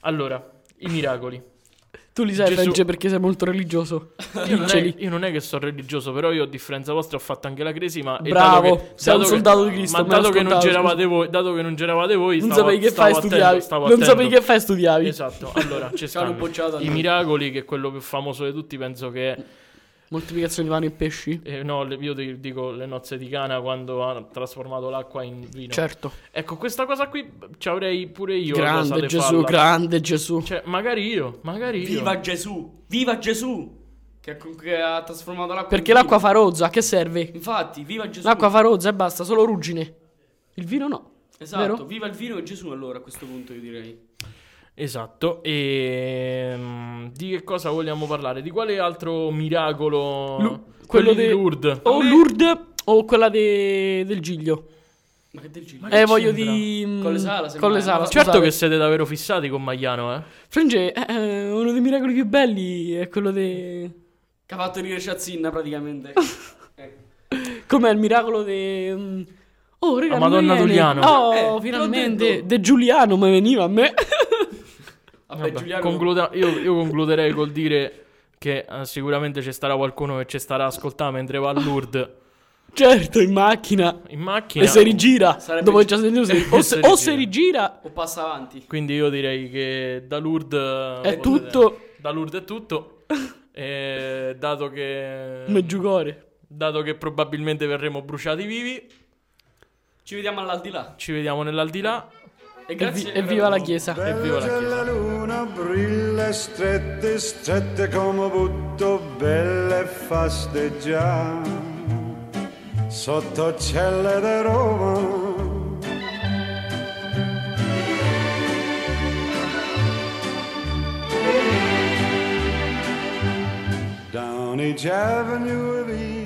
allora, i miracoli. Tu li sai, Gesù- Fegge, perché sei molto religioso. Io non, è, Dicceli. io non è che sono religioso, però io a differenza vostra ho fatto anche la cresima. e Bravo, dato che- sei un dato che- soldato di Cristo, Ma me l'ho dato che, non ascoltato, c'eravate voi, dato che non c'eravate voi, Non stavo, sapevi che stavo fai, attento, studiavi. stavo Non attento. sapevi che fai, studiavi. Esatto, allora c'è Sono bocciato I allora. miracoli, che è quello più famoso di tutti, penso che... Moltiplicazione di pane e pesci? eh, no, le- io ti dico le nozze di Cana quando hanno trasformato l'acqua in vino. Certo. Ecco, questa cosa qui ci avrei pure io. cosa grande di Gesù, farla. grande Gesù. Cioè, magari io, magari io. Viva Gesù! Viva Gesù! Che, ha- che ha trasformato l'acqua. Perché in l'acqua vino. fa rozza, a che serve? Infatti, viva Gesù! L'acqua fa rozza e basta, solo ruggine. Il vino no. Esatto, vero? viva il vino e Gesù allora a questo punto io direi. Esatto, e mm, di che cosa vogliamo parlare? Di quale altro miracolo? Lu- quello quello di de- Lourdes. O me- Lourdes o quella de- del Giglio. Ma che del Giglio? che Eh, voglio c'entra? di... Con le sala, semmai, Con le no? sala, Certo scusate. che siete davvero fissati con Magliano, eh? Frange, eh, eh, uno dei miracoli più belli è quello de... Che ha fatto dire Ciazzinna praticamente. Ecco. Com'è il miracolo de... mm, Oh, raga, La non Madonna viene. Giuliano. Oh, Eh, te l'ho finalmente. detto. De Giuliano, ma veniva a me. Vabbè, Vabbè, Eh, Giuliano. concluda- io, io concluderei col dire che eh, sicuramente ci starà qualcuno che ci starà ascoltando mentre va a Lourdes certo, in macchina. in macchina. E se rigira. Sarebbe- Dopo che ci ha sentito, se- E o, se se, o se rigira O passa avanti. Quindi io direi che da Lourdes È tutto. Da Lourdes è tutto. E dato che Meggiugorie. dato che probabilmente verremo bruciati vivi, Ci vediamo all'aldilà. ci vediamo nell'aldilà. E E, grazie. vi- e per- viva la chiesa. Evviva la Bella c'è la luna, brille strette, strette come butto, belle faste già. Sotto celle di Roma. Down each avenue of evening.